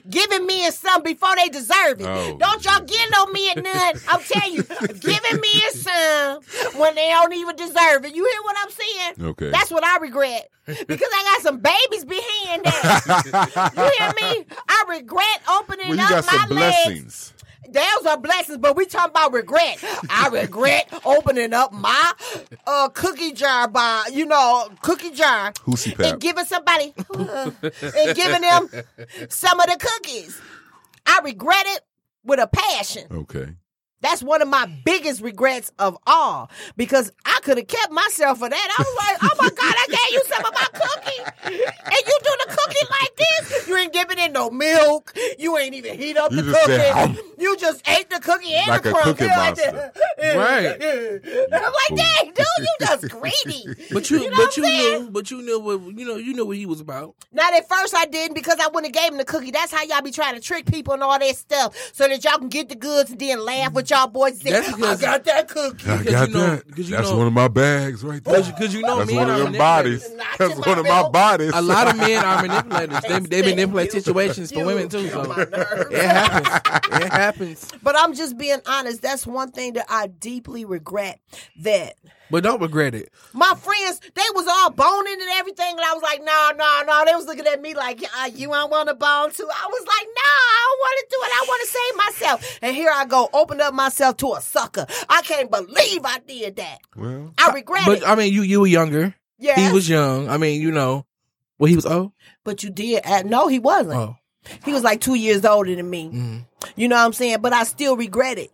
Speaker 2: Giving men some before they deserve it.
Speaker 4: Oh.
Speaker 2: Don't y'all get no men none. I'm telling you, giving men some when they don't even deserve it. You hear what I'm saying?
Speaker 4: Okay.
Speaker 2: That's what I regret because I got some babies behind that. you hear me? I regret opening
Speaker 4: Well, you
Speaker 2: up
Speaker 4: got
Speaker 2: my
Speaker 4: some
Speaker 2: legs.
Speaker 4: blessings.
Speaker 2: Those are blessings, but we talking about regret. I regret opening up my uh, cookie jar by, you know, cookie jar
Speaker 4: Hoosie pap.
Speaker 2: and giving somebody uh, and giving them some of the cookies. I regret it with a passion.
Speaker 4: Okay.
Speaker 2: That's one of my biggest regrets of all because I could have kept myself for that. I was like, oh my God, I gave you some of my cookie. And you do the cookie like this. You ain't giving it no milk. You ain't even heat up
Speaker 4: You
Speaker 2: the
Speaker 4: just
Speaker 2: cookie.
Speaker 4: said, "Hum."
Speaker 2: you just ate the cookie and
Speaker 4: Like
Speaker 2: the
Speaker 4: a
Speaker 2: crumb.
Speaker 4: cookie
Speaker 2: You're like
Speaker 4: monster.
Speaker 2: that.
Speaker 3: Right.
Speaker 2: I'm like, dang, dude, you just greedy.
Speaker 3: But you,
Speaker 2: know
Speaker 3: but you
Speaker 2: what I'm saying?
Speaker 3: knew, but you knew what you know. You knew what he was about.
Speaker 2: Now, at first I didn't because I wouldn't have gave him the cookie. That's how y'all be trying to trick people and all that stuff so that y'all can get the goods and then laugh with y'all boys. and
Speaker 3: That's
Speaker 2: Say, "Oh, I
Speaker 3: because-
Speaker 2: got that cookie.
Speaker 4: I
Speaker 3: Because
Speaker 4: got
Speaker 3: you know-
Speaker 4: that.
Speaker 3: because you
Speaker 4: That's
Speaker 3: know-
Speaker 4: one of my bags right there.
Speaker 3: Because you know,
Speaker 4: That's
Speaker 3: men
Speaker 4: one of
Speaker 3: are
Speaker 4: them
Speaker 3: manipulators.
Speaker 4: bodies.
Speaker 2: Not
Speaker 4: That's
Speaker 2: in my
Speaker 4: one of my
Speaker 2: belt.
Speaker 4: bodies.
Speaker 3: A lot of men are manipulators. They they manipulate
Speaker 2: Thank you.
Speaker 3: situations for
Speaker 2: You
Speaker 3: women too.
Speaker 2: kill
Speaker 3: So
Speaker 2: my nerves.
Speaker 3: it happens. It happens.
Speaker 2: But I'm just being honest. That's one thing that I deeply regret that
Speaker 3: But don't regret it.
Speaker 2: my friends, they was all boning and everything, and I was like, no, no, no. They was looking at me like, uh, you don't want to bone too. I was like, no, I don't want to do it. I want to save myself. And here I go, open up myself to a sucker. I can't believe I did that.
Speaker 4: Well,
Speaker 2: I regret
Speaker 3: But
Speaker 2: it.
Speaker 3: I mean, you you were younger.
Speaker 2: yeah,
Speaker 3: He was young. I mean, you know, well, he was oh
Speaker 2: but you did. Uh, no, he wasn't.
Speaker 3: oh.
Speaker 2: He was like two years older than me. You know what I'm saying? But I still regret it.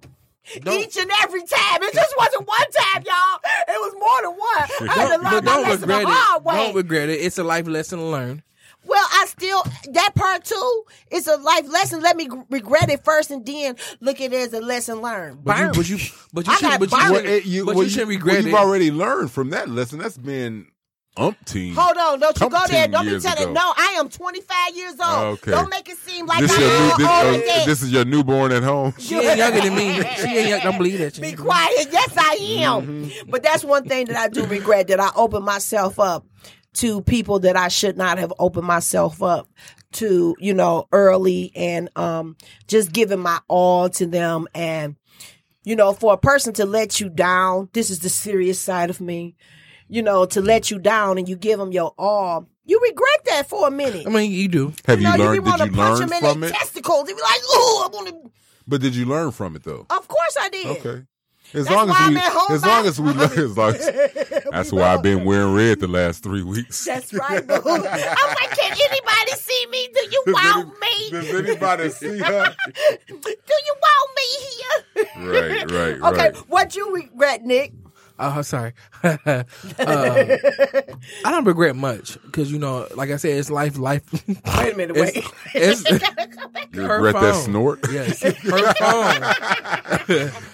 Speaker 3: Don't-
Speaker 2: Each and every time. It just wasn't one time, y'all. It was more than one. I had to learn
Speaker 3: But
Speaker 2: my
Speaker 3: don't
Speaker 2: lesson the
Speaker 3: regret
Speaker 2: hard
Speaker 3: it.
Speaker 2: way.
Speaker 3: Don't regret it. It's a life lesson learned.
Speaker 2: Well, I still that part too is a life lesson. Let me g- regret it first, and then look at it as a lesson learned.
Speaker 3: But you,
Speaker 2: Burn.
Speaker 3: but you, but you
Speaker 2: I
Speaker 3: shouldn't,
Speaker 2: got
Speaker 3: but you,
Speaker 2: burned.
Speaker 4: well,
Speaker 3: shouldn't-
Speaker 4: it- you,
Speaker 3: but you
Speaker 4: well, you-
Speaker 3: shouldn't
Speaker 4: well,
Speaker 3: regret
Speaker 4: you've
Speaker 3: it.
Speaker 4: already learned from that lesson. That's been umpteen.
Speaker 2: Hold on, don't you go there.
Speaker 4: 15
Speaker 2: Don't be
Speaker 4: years
Speaker 2: telling.
Speaker 4: ago.
Speaker 2: No, I am 25 years old.
Speaker 4: Okay.
Speaker 2: Don't make it seem like
Speaker 4: this,
Speaker 2: I'm
Speaker 4: your new,
Speaker 2: all
Speaker 4: this,
Speaker 2: old
Speaker 4: uh,
Speaker 2: and dead.
Speaker 4: this is your newborn at home.
Speaker 3: She ain't younger than me. She ain't young. Don't believe that. She
Speaker 2: Be
Speaker 4: Mm-hmm.
Speaker 3: ain't-
Speaker 2: quiet. Yes, I am. But that's one thing that I do regret that I opened myself up to people that I should not have opened myself up to, you know, early and um just giving my all to them and you know, for a person to let you down, this is the serious side of me. You know, to let you down and you give them your all, you regret that for a minute.
Speaker 3: I mean, you do.
Speaker 4: Have you,
Speaker 2: know,
Speaker 4: learned?
Speaker 2: be
Speaker 4: Did
Speaker 2: wanna
Speaker 4: you
Speaker 2: punch
Speaker 4: learn
Speaker 2: them in
Speaker 4: from
Speaker 2: their
Speaker 4: it?
Speaker 2: testicles. You be like, "Ooh, I want to."
Speaker 4: But did you learn from it though?
Speaker 2: Of course, I did.
Speaker 4: Okay. As
Speaker 2: Oh, That's
Speaker 4: long
Speaker 2: why
Speaker 4: as
Speaker 2: I'm
Speaker 4: we,
Speaker 2: at home
Speaker 4: as
Speaker 2: by-
Speaker 4: long as we, learn- as long as, that's why I've been wearing red the last three weeks.
Speaker 2: That's right, boo. I was like, can anybody see me? Do you
Speaker 4: Does any-
Speaker 2: want me?
Speaker 4: Does anybody see her?
Speaker 2: Do you want me here?
Speaker 4: right, right,
Speaker 2: Okay,
Speaker 4: right.
Speaker 2: what you regret, Nick?
Speaker 3: Oh, I'm sorry. Um, I don't regret much because you know, like I said, it's life. Life.
Speaker 2: Wait a minute,
Speaker 3: It's, it's
Speaker 4: You
Speaker 3: her
Speaker 4: regret that
Speaker 3: phone.
Speaker 4: snort?
Speaker 3: yes, her phone.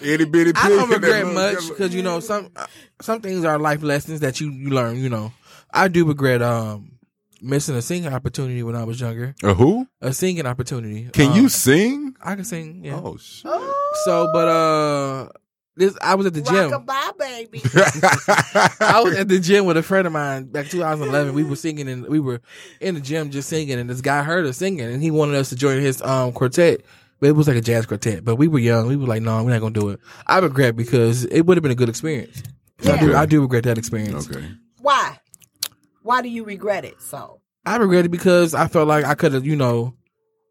Speaker 4: Itty bitty pig.
Speaker 3: I don't
Speaker 4: in that
Speaker 3: regret
Speaker 4: little-
Speaker 3: much because you know some uh, some things are life lessons that you you learn. You know, I do regret um missing a singing opportunity when I was younger.
Speaker 4: A who?
Speaker 3: A singing opportunity.
Speaker 4: Can
Speaker 3: Um,
Speaker 2: Uh,
Speaker 4: you sing?
Speaker 3: I can sing. Yeah.
Speaker 4: Oh shit.
Speaker 3: So, but uh, this I was at the gym.
Speaker 2: Rockabye, baby.
Speaker 3: I was at the gym with a friend of mine back 2011. We were singing and we were in the gym just singing, and this guy heard us singing, and he wanted us to join his um quartet. But it was like a jazz quartet. But we were young. We were like, no, we're not gonna do it. I regret because it would have been a good experience. I do.
Speaker 4: Okay.
Speaker 3: I do regret that experience.
Speaker 4: okay.
Speaker 2: Why? Why do you regret it? So,
Speaker 3: I regret it because I felt like I could have, you know,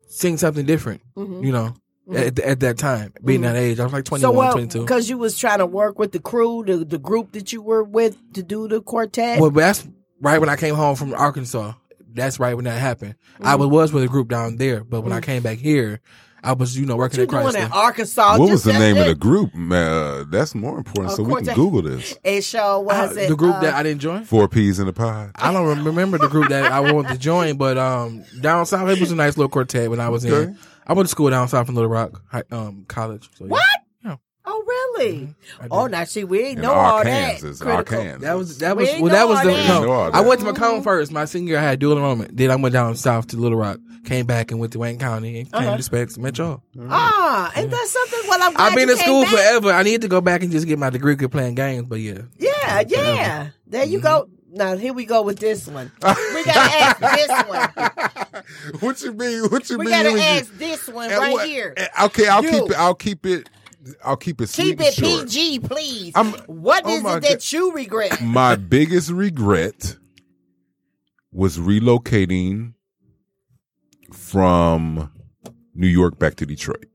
Speaker 3: sing something different. You know, at, at that time, being that age, I was like 21,
Speaker 2: Mm-hmm. so well,
Speaker 3: 22.
Speaker 2: because you was trying to work with the crew, the the group that you were with to do the quartet.
Speaker 3: Well, that's right when I came home from Arkansas. That's right when that happened. I
Speaker 2: Mm-hmm.
Speaker 3: was, was with a group down there, but when I came back here, I was you know working
Speaker 2: Mm. you
Speaker 3: at
Speaker 2: doing
Speaker 3: Chrysler.
Speaker 2: in Arkansas?
Speaker 4: What
Speaker 2: Just
Speaker 4: was the
Speaker 2: that
Speaker 4: name of the
Speaker 2: it.
Speaker 4: group? Uh, that's more important,
Speaker 2: Of
Speaker 4: so we can
Speaker 2: course.
Speaker 4: Google this.
Speaker 2: It sure
Speaker 4: Ah,
Speaker 3: Uh,
Speaker 2: was it.
Speaker 3: the group
Speaker 2: uh,
Speaker 3: that I didn't join.
Speaker 4: Four peas in a pod.
Speaker 3: I don't remember the group that I wanted to join, but um, down south it was a nice little quartet when I was
Speaker 4: Okay.
Speaker 3: in. I went to school down south in Little Rock Hi- um, College. So, yeah.
Speaker 2: What?
Speaker 3: Yeah.
Speaker 2: Oh, really?
Speaker 3: did.
Speaker 2: Oh, now see, we ain't
Speaker 4: Mm-hmm. In
Speaker 2: know all that.
Speaker 4: Arkansas.
Speaker 2: critical.
Speaker 4: Arkansas.
Speaker 3: That was that
Speaker 2: We
Speaker 3: was
Speaker 2: ain't
Speaker 3: well, that
Speaker 2: know
Speaker 3: was
Speaker 2: all
Speaker 3: the
Speaker 2: that. Mm-hmm.
Speaker 4: We ain't know all
Speaker 3: no. I
Speaker 4: that.
Speaker 3: went to Macomb first. My senior year, I had dual enrollment. Then I went down south to Little Rock, came back and went to Wayne County and came
Speaker 2: Uh-huh.
Speaker 3: to Specs, met y'all.
Speaker 4: Mm.
Speaker 2: Ah, ain't that something? Well, I'm glad
Speaker 3: I've been
Speaker 2: you
Speaker 3: in
Speaker 2: came
Speaker 3: school
Speaker 2: back.
Speaker 3: forever. I need to go back and just get my degree. Good playing games, but yeah,
Speaker 2: Yeah, yeah. There you go. Now here we go with this one. We gotta ask this one.
Speaker 4: What you mean? What you
Speaker 2: We
Speaker 4: mean?
Speaker 2: gotta
Speaker 4: you-
Speaker 2: ask this one
Speaker 4: And
Speaker 2: right
Speaker 4: what-
Speaker 2: here.
Speaker 4: and- Okay, I'll
Speaker 2: You.
Speaker 4: keep it. I'll keep it. I'll keep it. Sweet
Speaker 2: Keep
Speaker 4: and
Speaker 2: it
Speaker 4: short.
Speaker 2: PG, please.
Speaker 4: I'm-
Speaker 2: What
Speaker 4: oh
Speaker 2: is
Speaker 4: my
Speaker 2: it that
Speaker 4: God.
Speaker 2: you regret?
Speaker 4: My biggest regret was relocating from New York back to Detroit.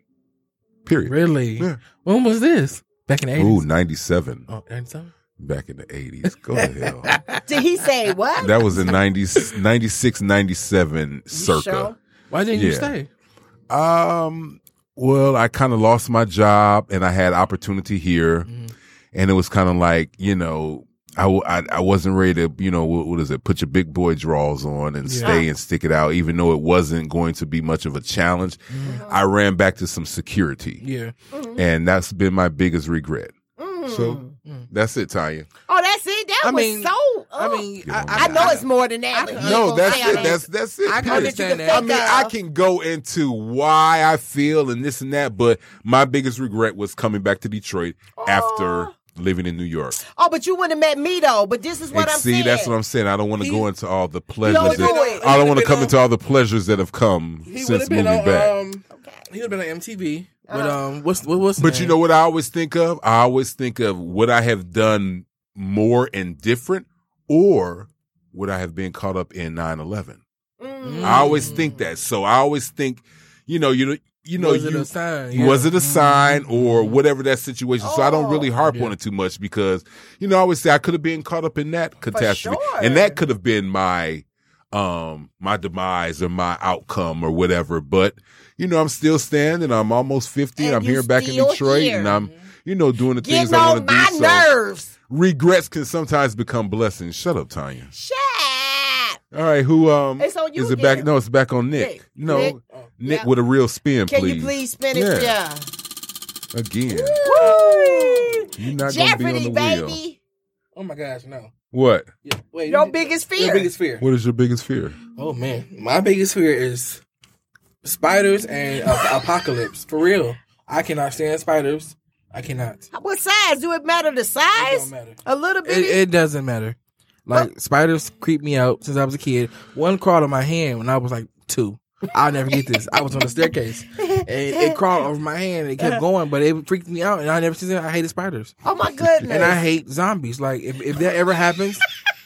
Speaker 4: Period.
Speaker 3: really.
Speaker 4: Yeah.
Speaker 3: When was this? Back in the
Speaker 4: Ooh,
Speaker 3: eighties.
Speaker 4: 97.
Speaker 3: Oh, 97?
Speaker 4: Back in the 80s. Go to hell.
Speaker 2: Did he say what?
Speaker 4: That was in 90, 96, 97 circa.
Speaker 2: sure?
Speaker 3: Why didn't you
Speaker 4: Yeah.
Speaker 3: stay?
Speaker 4: Um, well, I kind of lost my job and I had opportunity here. And it was kind of like, you know, I, w- I, I wasn't ready to, you know, what, what is it? Put your big boy draws on and stay and stick it out, even though it wasn't going to be much of a challenge. I ran back to some security.
Speaker 3: Yeah,
Speaker 4: And that's been my biggest regret.
Speaker 3: Mm.
Speaker 4: So that's it, Tanya.
Speaker 2: Oh, that's it. That
Speaker 3: I
Speaker 2: was
Speaker 3: mean-
Speaker 2: so.
Speaker 3: I
Speaker 2: oh.
Speaker 3: mean,
Speaker 4: Get
Speaker 3: I,
Speaker 4: on
Speaker 3: I,
Speaker 2: I know it's more than
Speaker 3: I
Speaker 2: that. but you
Speaker 3: can-
Speaker 2: ain't
Speaker 4: No,
Speaker 2: gonna
Speaker 4: that's
Speaker 2: say all
Speaker 4: it.
Speaker 2: that.
Speaker 4: That's that's it.
Speaker 3: I can
Speaker 4: period.
Speaker 2: that you can
Speaker 3: understand that.
Speaker 4: I
Speaker 2: think
Speaker 4: mean, I
Speaker 2: of.
Speaker 4: can go into why I feel and this and that, but my biggest regret was coming back to Detroit after living in New York.
Speaker 2: Oh, but you wouldn't have met me though. But this is what
Speaker 4: and
Speaker 2: I'm
Speaker 4: see,
Speaker 2: saying.
Speaker 4: that's what I'm saying. I don't want to
Speaker 3: He-
Speaker 4: go into all the pleasures.
Speaker 2: do
Speaker 4: That,
Speaker 2: it.
Speaker 4: I
Speaker 3: He
Speaker 4: don't want to
Speaker 3: would've
Speaker 4: come
Speaker 3: been
Speaker 4: into all the pleasures that have come
Speaker 3: he would
Speaker 4: since
Speaker 3: have been
Speaker 4: moving
Speaker 3: on.
Speaker 4: back.
Speaker 3: Um, He would have been on MTV. But
Speaker 2: Uh-huh.
Speaker 3: um, what's what, what's?
Speaker 4: But you know what I always think of? I always think of would I have done more and different, or would I have been caught up in 9-11?
Speaker 2: Mm.
Speaker 4: I always think that. So I always think, you know, you you know,
Speaker 3: was
Speaker 4: you,
Speaker 3: it a sign? Mm-hmm.
Speaker 4: was
Speaker 3: Yeah.
Speaker 2: Mm-hmm.
Speaker 4: it a sign or whatever that situation? So I don't
Speaker 2: Oh.
Speaker 4: really harp
Speaker 3: Yeah.
Speaker 4: on it too much because you know I always say I could have been caught up in that catastrophe, and
Speaker 2: sure.
Speaker 4: that could have been my um my demise or my outcome or whatever. But you know I'm still standing. I'm almost fifty.
Speaker 6: And
Speaker 4: I'm
Speaker 6: you
Speaker 4: here back in
Speaker 6: still
Speaker 4: Detroit,
Speaker 6: here.
Speaker 4: and I'm you know doing the things
Speaker 2: Getting
Speaker 4: I want
Speaker 2: on
Speaker 4: to
Speaker 2: my
Speaker 4: do. So
Speaker 2: nerves.
Speaker 4: regrets can sometimes become blessings. Shut up, Tanya.
Speaker 2: Shut up.
Speaker 4: All right, who um
Speaker 2: It's on you
Speaker 4: is it
Speaker 2: again.
Speaker 4: back? No, it's back on Nick.
Speaker 2: Nick.
Speaker 4: No,
Speaker 2: Nick.
Speaker 4: Nick,
Speaker 3: Oh,
Speaker 2: Yeah.
Speaker 4: with a real spin,
Speaker 2: Can
Speaker 4: please.
Speaker 2: you please spin it?
Speaker 4: Yeah.
Speaker 2: Yeah.
Speaker 4: again.
Speaker 2: Woo!
Speaker 4: You're not gonna be on
Speaker 2: Jeopardy,
Speaker 4: the wheel.
Speaker 2: baby.
Speaker 3: Oh my gosh, no.
Speaker 4: What?
Speaker 3: Yeah, wait.
Speaker 2: Your
Speaker 3: you-
Speaker 2: biggest
Speaker 3: Your
Speaker 2: fear.
Speaker 3: biggest fear.
Speaker 4: What is your biggest fear?
Speaker 3: Oh man, my biggest fear is spiders and a- apocalypse. For real, I cannot stand spiders. I cannot.
Speaker 2: What size? Do it matter the
Speaker 3: It don't
Speaker 2: size?
Speaker 3: matter.
Speaker 2: A little
Speaker 3: It,
Speaker 2: bit.
Speaker 3: it doesn't matter. Like spiders creep me out since I was a kid. One crawled on my hand when I was like two. I'll never get this. I was on the staircase and it crawled over my hand and it kept going, but it freaked me out and I never seen it. I hated spiders
Speaker 2: oh my goodness.
Speaker 3: and I hate zombies. Like if, if that ever happens,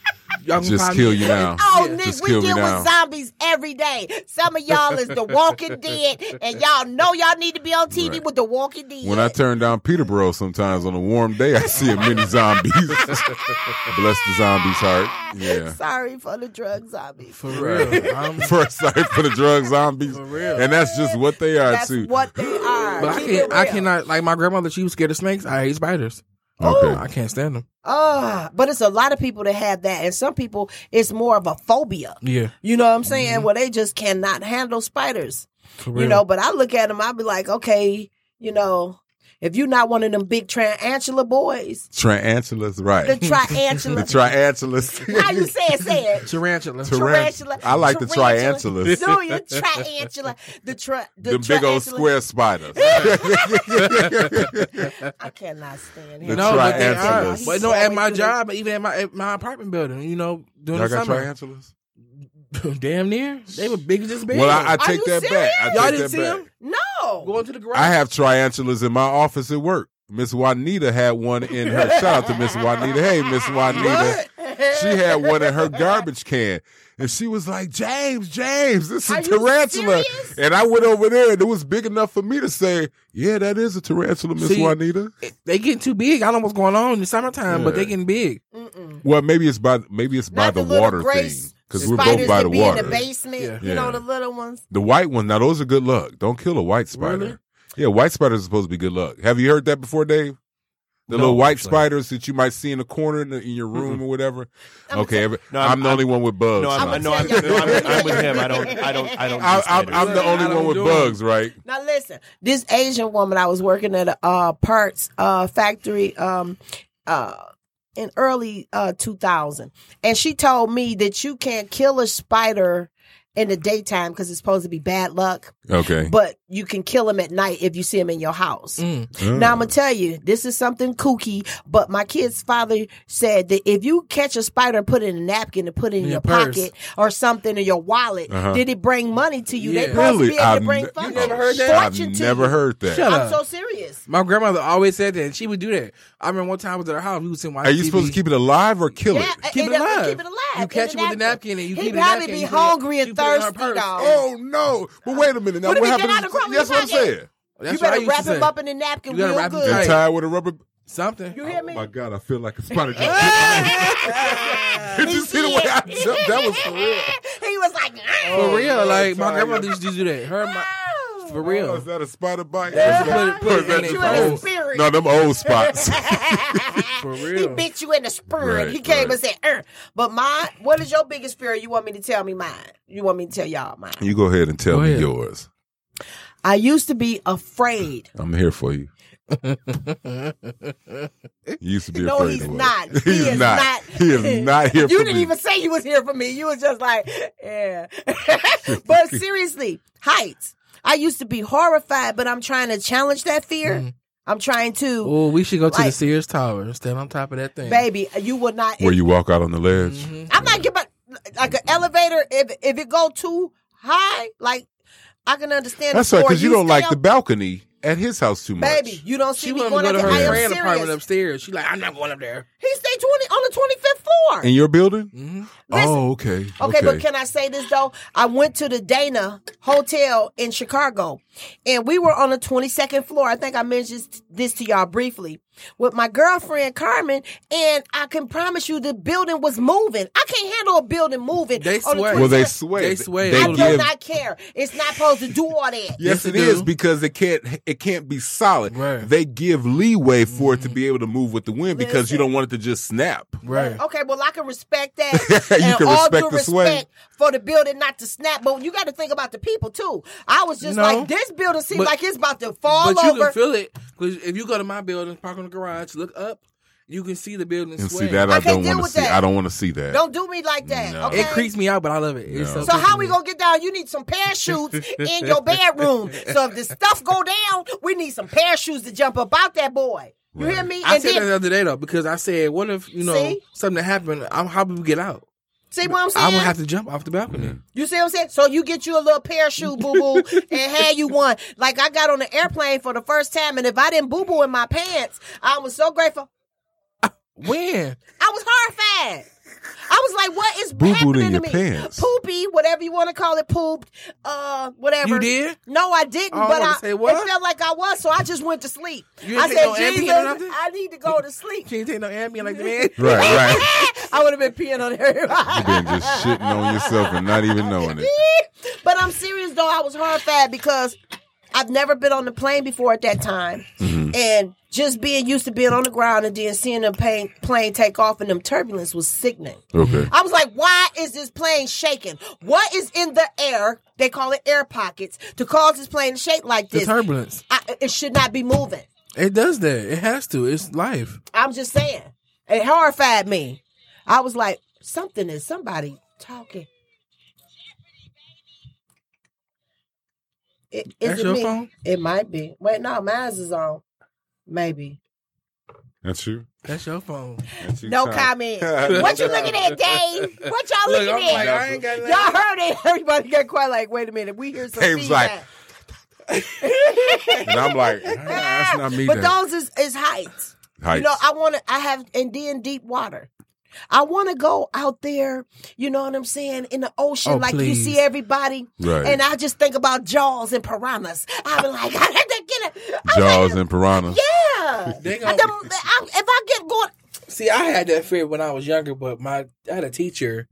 Speaker 3: y'all can
Speaker 4: Just
Speaker 3: find
Speaker 4: kill
Speaker 3: me.
Speaker 4: you now.
Speaker 2: Oh,
Speaker 3: Yeah.
Speaker 2: Nick,
Speaker 4: Just
Speaker 2: we
Speaker 4: kill me
Speaker 2: deal
Speaker 4: now.
Speaker 2: with zombies every day. Some of y'all is the Walking Dead, and y'all know y'all need to be on TV
Speaker 4: Right.
Speaker 2: with the Walking Dead.
Speaker 4: When I turn down Peterborough sometimes on a warm day, I see a many zombies. Bless the zombies' heart. Yeah.
Speaker 2: Sorry for the drug zombies.
Speaker 3: For real, I'm,
Speaker 4: First sight for the drug zombies.
Speaker 3: For real.
Speaker 4: And that's just what they are
Speaker 2: That's
Speaker 4: too.
Speaker 2: what they are.
Speaker 3: but I
Speaker 2: Keep
Speaker 3: can
Speaker 2: it
Speaker 3: I
Speaker 2: real.
Speaker 3: cannot. Like my grandmother, she was scared of snakes. I hate spiders.
Speaker 4: Okay.
Speaker 3: I can't stand them.
Speaker 2: Ah, but it's a lot of people that have that, and some people it's more of a phobia.
Speaker 3: Yeah,
Speaker 2: You know what I'm saying?
Speaker 4: Mm-hmm.
Speaker 2: Well, they just cannot handle spiders.
Speaker 3: for
Speaker 2: You know, but I look at them, I be like, okay, you know, if you're not one of them big tarantula boys,
Speaker 4: Tarantulas, right.
Speaker 2: the
Speaker 4: The,
Speaker 2: triantula. How you
Speaker 4: triantulas.
Speaker 2: say it? Say it.
Speaker 3: tarantula.
Speaker 2: Tarantula.
Speaker 4: I like the
Speaker 2: Tarantula.
Speaker 4: triantulas.
Speaker 2: So you triantula. The tri. The
Speaker 4: The big old
Speaker 2: triantula-
Speaker 4: square spiders.
Speaker 2: I cannot stand
Speaker 4: The
Speaker 2: him.
Speaker 3: no, but they are.
Speaker 4: tarantulas.
Speaker 3: But no, at my job, even at my at my apartment building, you know, during
Speaker 4: Y'all
Speaker 3: the
Speaker 4: got
Speaker 3: summer,
Speaker 4: tarantulas?
Speaker 3: damn near they were big as this big.
Speaker 4: Well, I, I
Speaker 2: Are
Speaker 4: take
Speaker 2: you
Speaker 4: that back.
Speaker 2: serious?
Speaker 4: I
Speaker 3: y'all
Speaker 4: take
Speaker 3: didn't
Speaker 4: that
Speaker 3: see
Speaker 4: back.
Speaker 3: them
Speaker 2: No.
Speaker 3: going to the garage.
Speaker 4: I have tarantulas in my office at work. Miss Juanita had one in her. Shout out to Miss Juanita. Hey, Miss Juanita. She had one in her garbage can. And she was like, James, James, this is
Speaker 2: Are
Speaker 4: a
Speaker 2: you
Speaker 4: tarantula.
Speaker 2: serious?
Speaker 4: And I went over there and it was big enough for me to say, Yeah, that is a tarantula, Miss
Speaker 3: See-
Speaker 4: Juanita.
Speaker 3: they getting too big. I don't know what's going on in the summertime, but
Speaker 4: Yeah.
Speaker 3: they getting big.
Speaker 4: Well, maybe it's by maybe it's by
Speaker 2: Not
Speaker 4: the,
Speaker 2: little
Speaker 4: water thing.
Speaker 2: grace
Speaker 4: Because we're
Speaker 2: spiders
Speaker 4: both by
Speaker 2: that
Speaker 4: the
Speaker 2: be
Speaker 4: water.
Speaker 2: in the basement.
Speaker 3: Yeah.
Speaker 2: You
Speaker 4: Yeah.
Speaker 2: know the little ones.
Speaker 4: The white ones, now those are good luck. Don't kill a white spider.
Speaker 3: Really?
Speaker 4: Yeah, white spiders are supposed to be good luck. Have you heard that before, Dave? The
Speaker 5: No,
Speaker 4: little white
Speaker 5: actually.
Speaker 4: spiders that you might see in the corner in, the, in your room or whatever.
Speaker 2: I'm
Speaker 4: okay, every,
Speaker 5: No,
Speaker 4: I'm,
Speaker 5: I'm-
Speaker 4: the only one with bugs.
Speaker 5: No, I'm,
Speaker 2: I'ma
Speaker 5: I'm, no, I'm,
Speaker 2: tell y'all.
Speaker 5: I'm, I'm with him. I don't. I don't. I don't. do
Speaker 4: I, am
Speaker 5: spiders.
Speaker 4: I'm the only
Speaker 3: I don't
Speaker 4: one with
Speaker 3: do 'em.
Speaker 4: bugs, right?
Speaker 2: Now listen, this Asian woman I was working at a uh, parts uh, factory um, uh, in early uh, 2000, and she told me that you can't kill a spider in the daytime because it's supposed to be bad luck,
Speaker 4: Okay.
Speaker 2: but you can kill him at night if you see him in your house.
Speaker 3: Mm.
Speaker 2: Now I'm gonna tell you, this is something kooky, but my kid's father said that if you catch a spider and put it in a napkin and put it in,
Speaker 3: In
Speaker 2: your
Speaker 3: your purse.
Speaker 2: pocket or something in your wallet,
Speaker 4: Uh-huh.
Speaker 2: did it bring money to you? They
Speaker 3: Yeah.
Speaker 2: supposed to be
Speaker 4: really,
Speaker 2: able to
Speaker 4: I've,
Speaker 2: bring
Speaker 4: ne-
Speaker 2: fun-
Speaker 3: You never heard that?
Speaker 4: I've
Speaker 2: fortune to
Speaker 4: never
Speaker 2: you.
Speaker 4: heard that.
Speaker 3: Shut
Speaker 2: I'm
Speaker 3: up.
Speaker 2: so serious.
Speaker 3: My grandmother always said that, and she would do that. I remember one time I was at her house. We was in
Speaker 4: Are you supposed to keep it alive or kill
Speaker 2: Yeah,
Speaker 4: it?
Speaker 2: and-
Speaker 3: Keep
Speaker 2: and
Speaker 3: it
Speaker 2: they'll
Speaker 3: alive.
Speaker 2: Keep it alive.
Speaker 3: You
Speaker 2: in
Speaker 3: catch it with the napkin and
Speaker 2: He
Speaker 3: you keep it in the
Speaker 2: probably
Speaker 3: napkin
Speaker 2: be
Speaker 3: and you put it-
Speaker 2: hungry
Speaker 3: you
Speaker 2: and
Speaker 3: put it in her
Speaker 2: thirsty,
Speaker 3: purse.
Speaker 2: dog.
Speaker 4: Oh no! But wait a minute. Now
Speaker 2: What if
Speaker 4: what
Speaker 2: it get
Speaker 4: happened?
Speaker 2: out of
Speaker 4: is-
Speaker 2: Chrome's
Speaker 4: That's what I'm
Speaker 2: pocket?
Speaker 4: saying.
Speaker 2: you
Speaker 3: That's what I
Speaker 2: better
Speaker 3: used to
Speaker 2: wrap him
Speaker 3: say.
Speaker 2: up in the napkin
Speaker 3: You gotta
Speaker 2: real
Speaker 3: wrap him
Speaker 2: good.
Speaker 4: And
Speaker 3: Right.
Speaker 4: tied with a rubber.
Speaker 3: Something.
Speaker 2: You hear me?
Speaker 4: My God, I feel like a spider. Did you see the way I jumped? That was for real.
Speaker 2: he was like,
Speaker 3: For real, like my
Speaker 4: sorry.
Speaker 3: grandmother used to do that. Her, my, for
Speaker 4: Oh,
Speaker 3: real.
Speaker 4: is that a spider bite?
Speaker 3: Yeah.
Speaker 4: Or is that-
Speaker 3: Put it- put it
Speaker 4: or
Speaker 3: in
Speaker 4: is
Speaker 3: it. You in
Speaker 4: that just
Speaker 3: the
Speaker 4: old-
Speaker 2: spirit.
Speaker 4: No, them old spots.
Speaker 3: For
Speaker 2: He
Speaker 3: real.
Speaker 2: bit you in the spirit.
Speaker 4: Right,
Speaker 2: he came
Speaker 4: right.
Speaker 2: and said, er. "But mine. What is your biggest fear? You want me to tell me mine? You want me to tell y'all mine?
Speaker 4: you go ahead and tell
Speaker 3: Go
Speaker 4: me
Speaker 3: ahead.
Speaker 4: yours.
Speaker 2: I used to be afraid.
Speaker 4: I'm here for you. you used to be
Speaker 2: No,
Speaker 4: afraid
Speaker 2: he's
Speaker 4: of us.
Speaker 2: not. He
Speaker 4: he's
Speaker 2: is
Speaker 4: not.
Speaker 2: not.
Speaker 4: He is not here
Speaker 2: You
Speaker 4: for
Speaker 2: didn't
Speaker 4: me.
Speaker 2: even say you was here for me. You was just like, yeah. but seriously, heights. I used to be horrified, but I'm trying to challenge that fear.
Speaker 4: Mm-hmm.
Speaker 2: I'm trying to,
Speaker 3: Oh, we should go to the
Speaker 2: Like-
Speaker 3: Sears Tower and stand on top of that thing.
Speaker 2: baby. You will not.
Speaker 4: Where you walk out on the ledge.
Speaker 2: I'm not giving like an elevator. If if it go too high, like I can understand.
Speaker 4: That's
Speaker 2: the
Speaker 4: right,
Speaker 2: floor,
Speaker 4: because you don't
Speaker 2: stay
Speaker 4: like
Speaker 2: on-
Speaker 4: the balcony at his house too much.
Speaker 2: Baby, you don't see
Speaker 3: She
Speaker 2: me going
Speaker 3: wanted to go
Speaker 2: up
Speaker 3: to
Speaker 2: there.
Speaker 3: her
Speaker 2: I am
Speaker 3: grand
Speaker 2: serious.
Speaker 3: apartment upstairs. She like, I'm not going up there.
Speaker 2: He stayed 20 on the 25th floor.
Speaker 4: In your building?
Speaker 3: Mhm.
Speaker 4: Oh, okay.
Speaker 2: Mm-hmm. Okay, but can I say this though? I went to the Dana Hotel in Chicago, and we were on the 22nd floor. I think I mentioned this- this to y'all briefly with my girlfriend Carmen, and I can promise you the building was moving. I can't handle a building moving.
Speaker 3: They
Speaker 2: on the
Speaker 3: swear.
Speaker 4: well, they
Speaker 2: 22nd.
Speaker 4: swear.
Speaker 3: They swear.
Speaker 2: I
Speaker 3: they
Speaker 2: do
Speaker 3: give-
Speaker 2: not care. It's not supposed to do all that.
Speaker 4: Yes,
Speaker 3: Yes,
Speaker 4: it
Speaker 3: they
Speaker 4: is
Speaker 3: do.
Speaker 4: because it can't it can't be solid.
Speaker 3: Right.
Speaker 4: They give leeway for it to be able to move with the wind because
Speaker 2: Listen.
Speaker 4: you don't want it to just snap.
Speaker 3: Right.
Speaker 2: Okay, well, I can respect that.
Speaker 4: You
Speaker 2: and
Speaker 4: can
Speaker 2: all due
Speaker 4: respect the sway.
Speaker 2: respect for the building not to snap, but you got to think about the people too. I was just
Speaker 3: No.
Speaker 2: like, this building seems
Speaker 3: But-
Speaker 2: like it's about to fall
Speaker 3: but you
Speaker 2: over.
Speaker 3: can feel it 'cause if you go to my building, park in the garage, look up, you can see the building.
Speaker 4: And see
Speaker 3: sway.
Speaker 4: that
Speaker 2: I
Speaker 4: I,
Speaker 2: can't
Speaker 4: don't
Speaker 2: deal
Speaker 4: want to
Speaker 2: with
Speaker 4: see.
Speaker 2: that.
Speaker 4: I don't want to see that.
Speaker 2: Don't do me like that.
Speaker 4: No.
Speaker 2: Okay?
Speaker 3: It creeps me out, but I love it. It's
Speaker 4: No.
Speaker 2: So how we gonna get down? You need some parachutes in your bedroom. So if the stuff go down, we need some parachutes to jump up out that boy. You hear me?
Speaker 3: I
Speaker 2: and
Speaker 3: said that
Speaker 2: then
Speaker 3: the other day though because I said, what if you know
Speaker 2: See?
Speaker 3: something happened? I'm, how do we get out?
Speaker 2: see what I'm saying?
Speaker 3: I would have to jump off the balcony.
Speaker 4: Mm-hmm.
Speaker 2: You see what I'm saying? So you get you a little parachute boo boo and had you one. Like I got on the airplane for the first time, and if I didn't boo boo in my pants, I was so grateful.
Speaker 3: When?
Speaker 2: I was horrified. I was like, "What is
Speaker 4: Boo-booed
Speaker 2: happening
Speaker 4: in
Speaker 2: to
Speaker 4: your
Speaker 2: me?
Speaker 4: pants.
Speaker 2: Poopy, whatever you want to call it, pooped, uh, whatever."
Speaker 3: You did?
Speaker 2: No, I didn't.
Speaker 3: Oh, I
Speaker 2: but
Speaker 3: wanna
Speaker 2: I,
Speaker 3: say what?
Speaker 2: it felt like I was, so I just went to sleep.
Speaker 3: You
Speaker 2: I said,
Speaker 3: didn't take no Ambien or
Speaker 2: "Jesus,
Speaker 3: nothing?"
Speaker 2: I need to go to sleep."
Speaker 3: Can you take no Ambien like the man?
Speaker 4: Right, right.
Speaker 2: I would have been peeing on
Speaker 4: You've
Speaker 2: everybody.
Speaker 4: been just shitting on yourself and not even knowing it.
Speaker 2: but I'm serious though. I was horrified because I've never been on the plane before at that time, and just being used to being on the ground and then seeing the plane, plane take off and them turbulence was sickening.
Speaker 4: Okay.
Speaker 2: I was like, why is this plane shaking? What is in the air? They call it air pockets to cause this plane to shake like
Speaker 3: The
Speaker 2: this.
Speaker 3: turbulence.
Speaker 2: I, it should not be moving.
Speaker 3: It does that. It has to. It's life.
Speaker 2: I'm just saying. It horrified me. I was like, something is somebody talking. It, is
Speaker 3: That's
Speaker 2: it
Speaker 3: your
Speaker 2: me?
Speaker 3: phone?
Speaker 2: It might be. Wait, no, mine's is on. Maybe.
Speaker 4: That's you.
Speaker 3: That's your phone.
Speaker 4: That's you
Speaker 2: No
Speaker 4: time.
Speaker 2: comment. what you looking at, Dave? What y'all
Speaker 3: Look,
Speaker 2: looking
Speaker 3: I'm like,
Speaker 2: at?
Speaker 3: I ain't got
Speaker 2: Y'all heard it. Everybody got quiet. Like, wait a minute. We hear some
Speaker 4: Dave's like,
Speaker 2: feedback.
Speaker 4: And I'm like, nah, that's not me.
Speaker 2: but
Speaker 4: that-
Speaker 2: those is is heights. You
Speaker 4: Heights.
Speaker 2: know, I want to. I have and then deep water. I want to go out there. You know what I'm saying in the ocean,
Speaker 3: Oh,
Speaker 2: like
Speaker 3: please.
Speaker 2: you see everybody.
Speaker 4: Right.
Speaker 2: And I just think about jaws and piranhas. i be like, I had to get it. I
Speaker 4: Jaws
Speaker 2: like,
Speaker 4: and piranhas.
Speaker 2: yeah.
Speaker 3: They
Speaker 2: I
Speaker 3: gon-
Speaker 2: don't- I- if I get going,
Speaker 3: See, I had that fear when I was younger, but my I had a teacher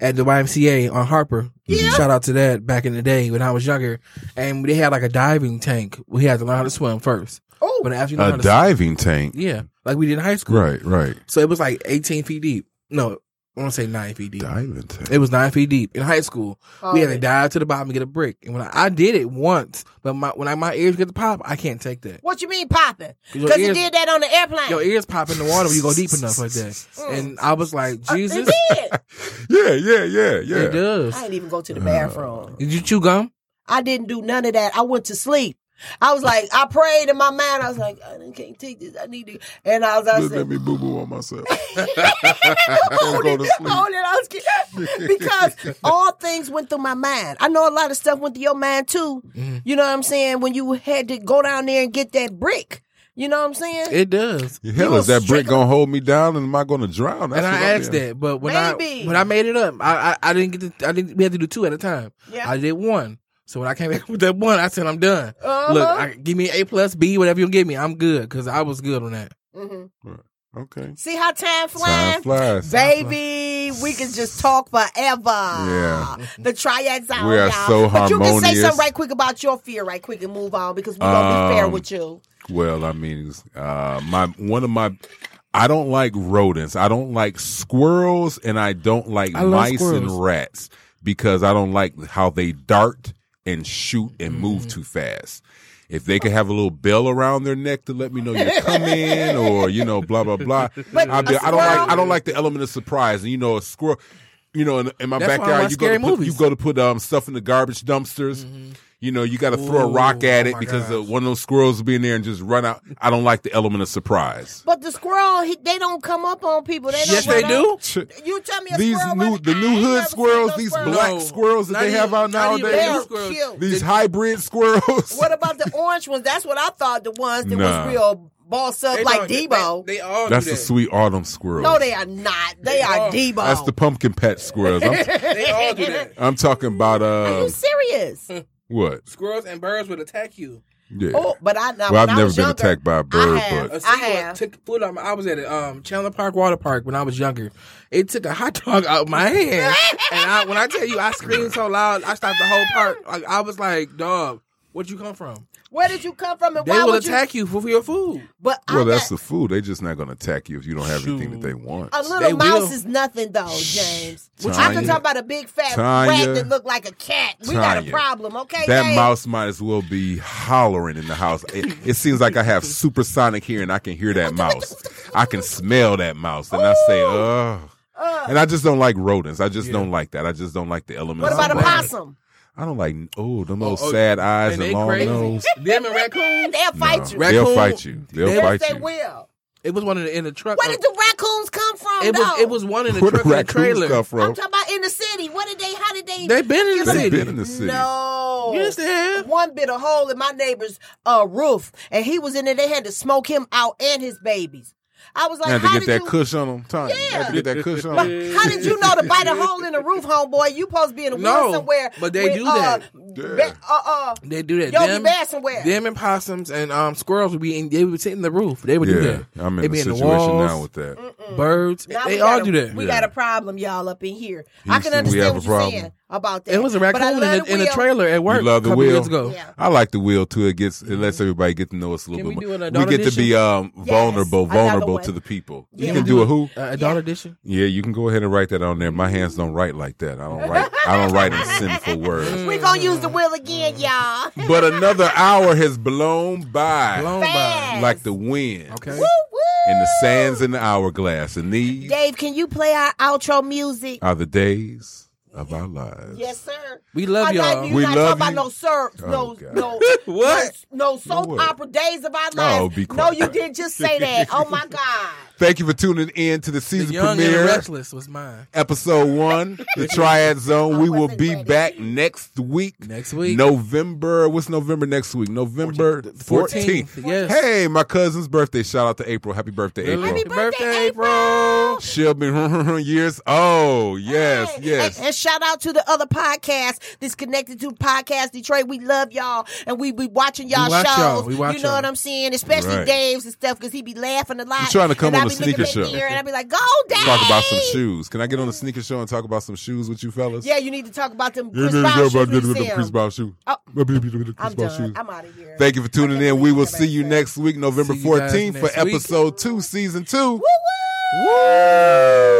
Speaker 3: at the YMCA on Harper. Mm-hmm. Shout out to that back in the day when I was younger, and they had like a diving tank. We had to learn how to swim first.
Speaker 2: oh,
Speaker 3: But after you learn
Speaker 4: A
Speaker 3: how to swim,
Speaker 4: diving tank.
Speaker 3: yeah, like we did in high school,
Speaker 4: Right, right.
Speaker 3: So it was like 18 feet deep. No, I want to say nine feet deep.
Speaker 4: Diving tank.
Speaker 3: It was nine feet deep in high school. we had
Speaker 2: Oh.
Speaker 3: to dive to the bottom and get a brick. And when I, I did it once, but my when I, my ears get to pop, I can't take that.
Speaker 2: what you mean popping?
Speaker 3: Your
Speaker 2: Because you
Speaker 3: ears-
Speaker 2: did that on the airplane.
Speaker 3: Your ears pop in the water when you go deep enough like that. And I was like, Jesus,
Speaker 2: Mm. Uh, It did.
Speaker 4: Yeah, yeah, yeah,
Speaker 3: it
Speaker 4: yeah.
Speaker 2: I
Speaker 3: does.
Speaker 2: didn't even go to the bathroom.
Speaker 3: Did you chew gum?
Speaker 2: I didn't do none of that. I went to sleep. I was like, I prayed in my mind. I was like, I done can't take this. I need to. And I was, I
Speaker 4: Just
Speaker 2: said,
Speaker 4: let me boo boo on myself.
Speaker 2: hold
Speaker 4: go to
Speaker 2: it,
Speaker 4: sleep.
Speaker 2: hold it. I was kidding. because all things went through my mind. I know a lot of stuff went through your mind too.
Speaker 3: Mm-hmm.
Speaker 2: You know what I'm saying? When you had to go down there and get that brick, you know what I'm saying?
Speaker 3: It does.
Speaker 4: Hell, is that brick gonna hold me down and am I gonna drown? That's
Speaker 3: and
Speaker 4: what
Speaker 3: I
Speaker 4: I'm
Speaker 3: asked
Speaker 4: in.
Speaker 3: that, but when
Speaker 2: Maybe.
Speaker 3: I when I made it up, I I, I didn't get to, I didn't we had to do two at a time.
Speaker 2: Yeah.
Speaker 3: I did one. So when I came back with that one, I said I'm done.
Speaker 2: Uh-huh.
Speaker 3: Look, I, give me A plus B, whatever you give me, I'm good because I was good on that.
Speaker 2: Mhm.
Speaker 4: Okay.
Speaker 2: See how time
Speaker 4: Time
Speaker 2: flies?
Speaker 4: flies.
Speaker 2: Baby, we can just talk forever.
Speaker 4: Yeah.
Speaker 2: The triads out.
Speaker 4: We are
Speaker 2: y'all.
Speaker 4: so
Speaker 2: But you can say
Speaker 4: harmonious.
Speaker 2: something right quick about your fear, right quick, and move on because we're gonna be fair
Speaker 4: Um,
Speaker 2: with you.
Speaker 4: Well, I mean, uh, my one of my, I don't like rodents. I don't like squirrels, and I don't like
Speaker 3: I love
Speaker 4: mice
Speaker 3: squirrels.
Speaker 4: and rats because I don't like how they dart and shoot and
Speaker 3: Mm.
Speaker 4: move too fast. If they could have a little bell around their neck to let me know you're coming, or you know, blah blah blah.
Speaker 2: But
Speaker 4: I'll be-
Speaker 2: a
Speaker 4: I don't like.
Speaker 2: squirrel-
Speaker 4: I don't like the element of surprise. And you know, a squirrel. you know, in, in my
Speaker 3: That's why I
Speaker 4: backyard,
Speaker 3: watch
Speaker 4: you go, to
Speaker 3: scary
Speaker 4: put, you
Speaker 3: movies. Mm-hmm.
Speaker 4: go to put um, stuff in the garbage dumpsters. You know, you got to throw a rock
Speaker 3: Ooh,
Speaker 4: at
Speaker 3: oh
Speaker 4: it
Speaker 3: my
Speaker 4: because uh,
Speaker 3: gosh.
Speaker 4: one of those squirrels will be in there and just run out. I don't like the element of surprise.
Speaker 2: But the squirrel, he, they don't come up on people. They don't
Speaker 3: Yes, they
Speaker 2: run
Speaker 3: do.
Speaker 2: up. You tell me a
Speaker 4: These
Speaker 2: squirrel
Speaker 4: new-
Speaker 2: run-
Speaker 4: the
Speaker 2: I
Speaker 4: new
Speaker 2: ain't
Speaker 4: hood
Speaker 2: never seen
Speaker 4: squirrels,
Speaker 2: no
Speaker 4: these
Speaker 2: squirrel.
Speaker 4: black
Speaker 3: No.
Speaker 4: squirrels that
Speaker 3: Not
Speaker 4: they
Speaker 3: even-
Speaker 4: have out
Speaker 3: not even
Speaker 4: nowadays.
Speaker 3: little
Speaker 2: They're
Speaker 3: squirrels.
Speaker 2: cute.
Speaker 4: These hybrid squirrels.
Speaker 2: What about the orange ones? That's what I thought the ones that
Speaker 4: Nah.
Speaker 2: was real boss up
Speaker 3: They
Speaker 2: like
Speaker 3: don't-
Speaker 2: Debo.
Speaker 3: They, they all
Speaker 4: That's
Speaker 3: do
Speaker 4: the
Speaker 3: that.
Speaker 4: sweet autumn squirrel.
Speaker 2: no, they are not. They, are
Speaker 3: are.
Speaker 2: Debo.
Speaker 4: That's the pumpkin patch squirrels. I'm,
Speaker 3: They all do that.
Speaker 4: I'm talking about
Speaker 2: are
Speaker 4: uh,
Speaker 2: you serious?
Speaker 4: what?
Speaker 3: Squirrels and birds would attack you.
Speaker 4: Yeah.
Speaker 2: Oh, but I now,
Speaker 4: well, I've
Speaker 2: when I
Speaker 4: never
Speaker 2: was
Speaker 4: been
Speaker 2: younger,
Speaker 4: attacked by a bird,
Speaker 2: have.
Speaker 4: but
Speaker 3: A
Speaker 2: I
Speaker 3: seagull
Speaker 2: have.
Speaker 3: took food out. my- I was at a, um, Chandler Park Water Park when I was younger. It took a hot dog out of my hand, and I, when I tell you, I screamed so loud, I stopped the whole park. Like I was like, "Dog, where'd you come from?
Speaker 2: Where did you come from? And
Speaker 3: They
Speaker 2: why
Speaker 3: will
Speaker 2: would
Speaker 3: attack you? for for your food."
Speaker 2: you? But
Speaker 4: well,
Speaker 2: I
Speaker 4: that's
Speaker 2: got,
Speaker 4: the food. They're just not going to attack you if you don't have anything that they want.
Speaker 2: a little
Speaker 3: They
Speaker 2: mouse
Speaker 3: will.
Speaker 2: is nothing though, James. I
Speaker 4: Tanya.
Speaker 2: can talk about a big fat
Speaker 4: Tanya.
Speaker 2: rat that looked like a cat. We got a
Speaker 4: Tanya.
Speaker 2: problem, okay?
Speaker 4: That
Speaker 2: James?
Speaker 4: mouse might as well be hollering in the house. It, it seems like I have supersonic here, and I can hear that mouse. I can smell that mouse, and I say, "Ugh." And I just don't like rodents. I just don't like that. I just don't like the elements.
Speaker 2: What about a
Speaker 4: of rodents.
Speaker 2: possum?
Speaker 4: I don't like oh, them those
Speaker 3: oh,
Speaker 4: sad eyes and,
Speaker 3: they
Speaker 4: long
Speaker 3: crazy.
Speaker 4: nose.
Speaker 3: Them and raccoons.
Speaker 2: They'll fight you.
Speaker 3: Raccoon-
Speaker 4: They'll fight you. They'll
Speaker 3: Yes,
Speaker 4: fight
Speaker 2: yes, they
Speaker 4: you.
Speaker 2: will.
Speaker 3: It was one in the, in the truck. uh,
Speaker 2: Where did the raccoons come from?
Speaker 3: it was
Speaker 2: though?
Speaker 3: it was one in the
Speaker 4: Where
Speaker 3: truck
Speaker 4: do
Speaker 3: in the
Speaker 4: raccoons
Speaker 3: trailer.
Speaker 4: come
Speaker 2: I'm
Speaker 4: from?
Speaker 2: talking about in the city. What did they? How did they?
Speaker 3: They've been in the
Speaker 4: They've
Speaker 3: city.
Speaker 4: been in the city.
Speaker 2: No.
Speaker 3: Yes, they have.
Speaker 2: One bit of hole in my neighbor's uh, roof, and he was in there. They had to smoke him out and his babies. I was like,
Speaker 4: You had to
Speaker 2: how
Speaker 4: get
Speaker 2: did
Speaker 4: that
Speaker 2: you?
Speaker 4: cush on them, Tanya. You had to get that cush on them.
Speaker 2: How did you know to bite a hole in the roof, homeboy? You supposed to be in the
Speaker 3: No,
Speaker 2: woods somewhere.
Speaker 3: but they
Speaker 2: with,
Speaker 3: do
Speaker 2: uh,
Speaker 3: that.
Speaker 2: ba- Uh, uh,
Speaker 3: They do that.
Speaker 2: Yogi
Speaker 3: them,
Speaker 2: Bear somewhere.
Speaker 3: them and possums and um squirrels would be in, they would sit in the roof. They would do
Speaker 4: Yeah,
Speaker 3: that.
Speaker 4: I'm
Speaker 3: They
Speaker 4: in a
Speaker 3: be
Speaker 4: situation
Speaker 3: walls,
Speaker 4: now with that.
Speaker 3: birds.
Speaker 2: Mm. now we
Speaker 3: they
Speaker 2: got
Speaker 3: all
Speaker 2: a-
Speaker 3: do that.
Speaker 2: We
Speaker 4: Yeah.
Speaker 2: got a problem, y'all, up in here. I can
Speaker 4: Houston, we
Speaker 2: understand
Speaker 4: have a
Speaker 2: what you're saying
Speaker 4: problem.
Speaker 2: about that.
Speaker 3: It was a
Speaker 2: But I
Speaker 3: raccoon in
Speaker 2: love
Speaker 3: the,
Speaker 2: the
Speaker 3: in the
Speaker 2: wheel.
Speaker 3: trailer at work.
Speaker 4: You love
Speaker 3: a
Speaker 4: the
Speaker 3: couple
Speaker 4: wheel.
Speaker 3: years ago.
Speaker 2: Yeah.
Speaker 4: I like the wheel too. It gets it lets everybody get to know us a little
Speaker 3: Mm-hmm. Can
Speaker 4: bit
Speaker 3: we do
Speaker 4: more.
Speaker 3: an adult
Speaker 4: get to be
Speaker 3: edition?
Speaker 4: um
Speaker 2: Yes,
Speaker 4: vulnerable,
Speaker 2: another
Speaker 4: vulnerable
Speaker 2: one.
Speaker 4: to the people.
Speaker 2: Yeah.
Speaker 4: You can do a who?
Speaker 3: Uh, adult edition.
Speaker 4: Yeah, you can go ahead and write that on there. My hands don't write like that. I
Speaker 2: Mm-hmm.
Speaker 4: don't write. I don't write in sinful words.
Speaker 2: We're going to use the wheel again,
Speaker 3: Mm.
Speaker 2: y'all.
Speaker 4: But another hour has blown by
Speaker 3: Blown by.
Speaker 2: Fast.
Speaker 4: like the wind
Speaker 3: Okay.
Speaker 2: Woo, woo.
Speaker 4: in the sands in the hourglass, and these
Speaker 2: Dave, can you play our outro music?
Speaker 4: are the days of our lives.
Speaker 2: Yes, sir.
Speaker 3: We love
Speaker 2: I
Speaker 3: y'all.
Speaker 2: Not, you
Speaker 4: We
Speaker 2: not
Speaker 4: love
Speaker 2: talking about no
Speaker 4: you.
Speaker 2: syrup,
Speaker 4: Oh,
Speaker 2: no,
Speaker 4: God.
Speaker 2: no,
Speaker 3: What?
Speaker 2: no, no soap
Speaker 4: what?
Speaker 2: opera days of our lives.
Speaker 4: be
Speaker 2: no,
Speaker 4: quiet.
Speaker 2: you didn't just say that. Oh my God.
Speaker 4: Thank you for tuning in to
Speaker 3: The
Speaker 4: the season
Speaker 3: young
Speaker 4: premiere.
Speaker 3: and the restless was mine.
Speaker 4: episode one, the Triad Zone. We will be back next week.
Speaker 3: Next week.
Speaker 4: November. What's November next week? November
Speaker 3: 14th,
Speaker 4: 14th.
Speaker 3: yes.
Speaker 4: Hey, my cousin's birthday. Shout out to April. Happy birthday, April.
Speaker 2: Happy birthday,
Speaker 3: April.
Speaker 4: She'll be years. Oh, yes,
Speaker 2: Hey,
Speaker 4: yes.
Speaker 2: And, and shout out to the other podcast that's connected to Podcast Detroit. We love y'all and we be watching y'all
Speaker 3: We watch
Speaker 2: shows.
Speaker 3: y'all. We watch
Speaker 2: you know
Speaker 3: y'all.
Speaker 2: what I'm saying? Especially
Speaker 4: Right.
Speaker 2: Dave's and stuff because he be laughing a lot.
Speaker 4: I'm trying to come
Speaker 2: and
Speaker 4: on
Speaker 2: I
Speaker 4: a
Speaker 2: be looking
Speaker 4: sneaker
Speaker 2: back
Speaker 4: show.
Speaker 2: there And I be like, go, Dave.
Speaker 4: Talk about some shoes. Can I get on the sneaker show and talk about some shoes with you fellas?
Speaker 2: Yeah, you need to talk about them
Speaker 4: You
Speaker 2: Chris
Speaker 4: need to
Speaker 2: Brown
Speaker 4: go
Speaker 2: shoes
Speaker 4: about
Speaker 2: we
Speaker 4: the- the
Speaker 2: sell.
Speaker 4: Chris Brown shoe.
Speaker 2: Oh. I'm
Speaker 4: Chris Brown
Speaker 2: done.
Speaker 4: shoes.
Speaker 2: I'm out of here.
Speaker 4: Thank you for tuning in. We will see you
Speaker 2: next.
Speaker 4: next week, November
Speaker 3: See you guys
Speaker 4: 14th, for
Speaker 3: next week.
Speaker 4: episode two, season two.
Speaker 2: Woo-woo!
Speaker 4: Woo!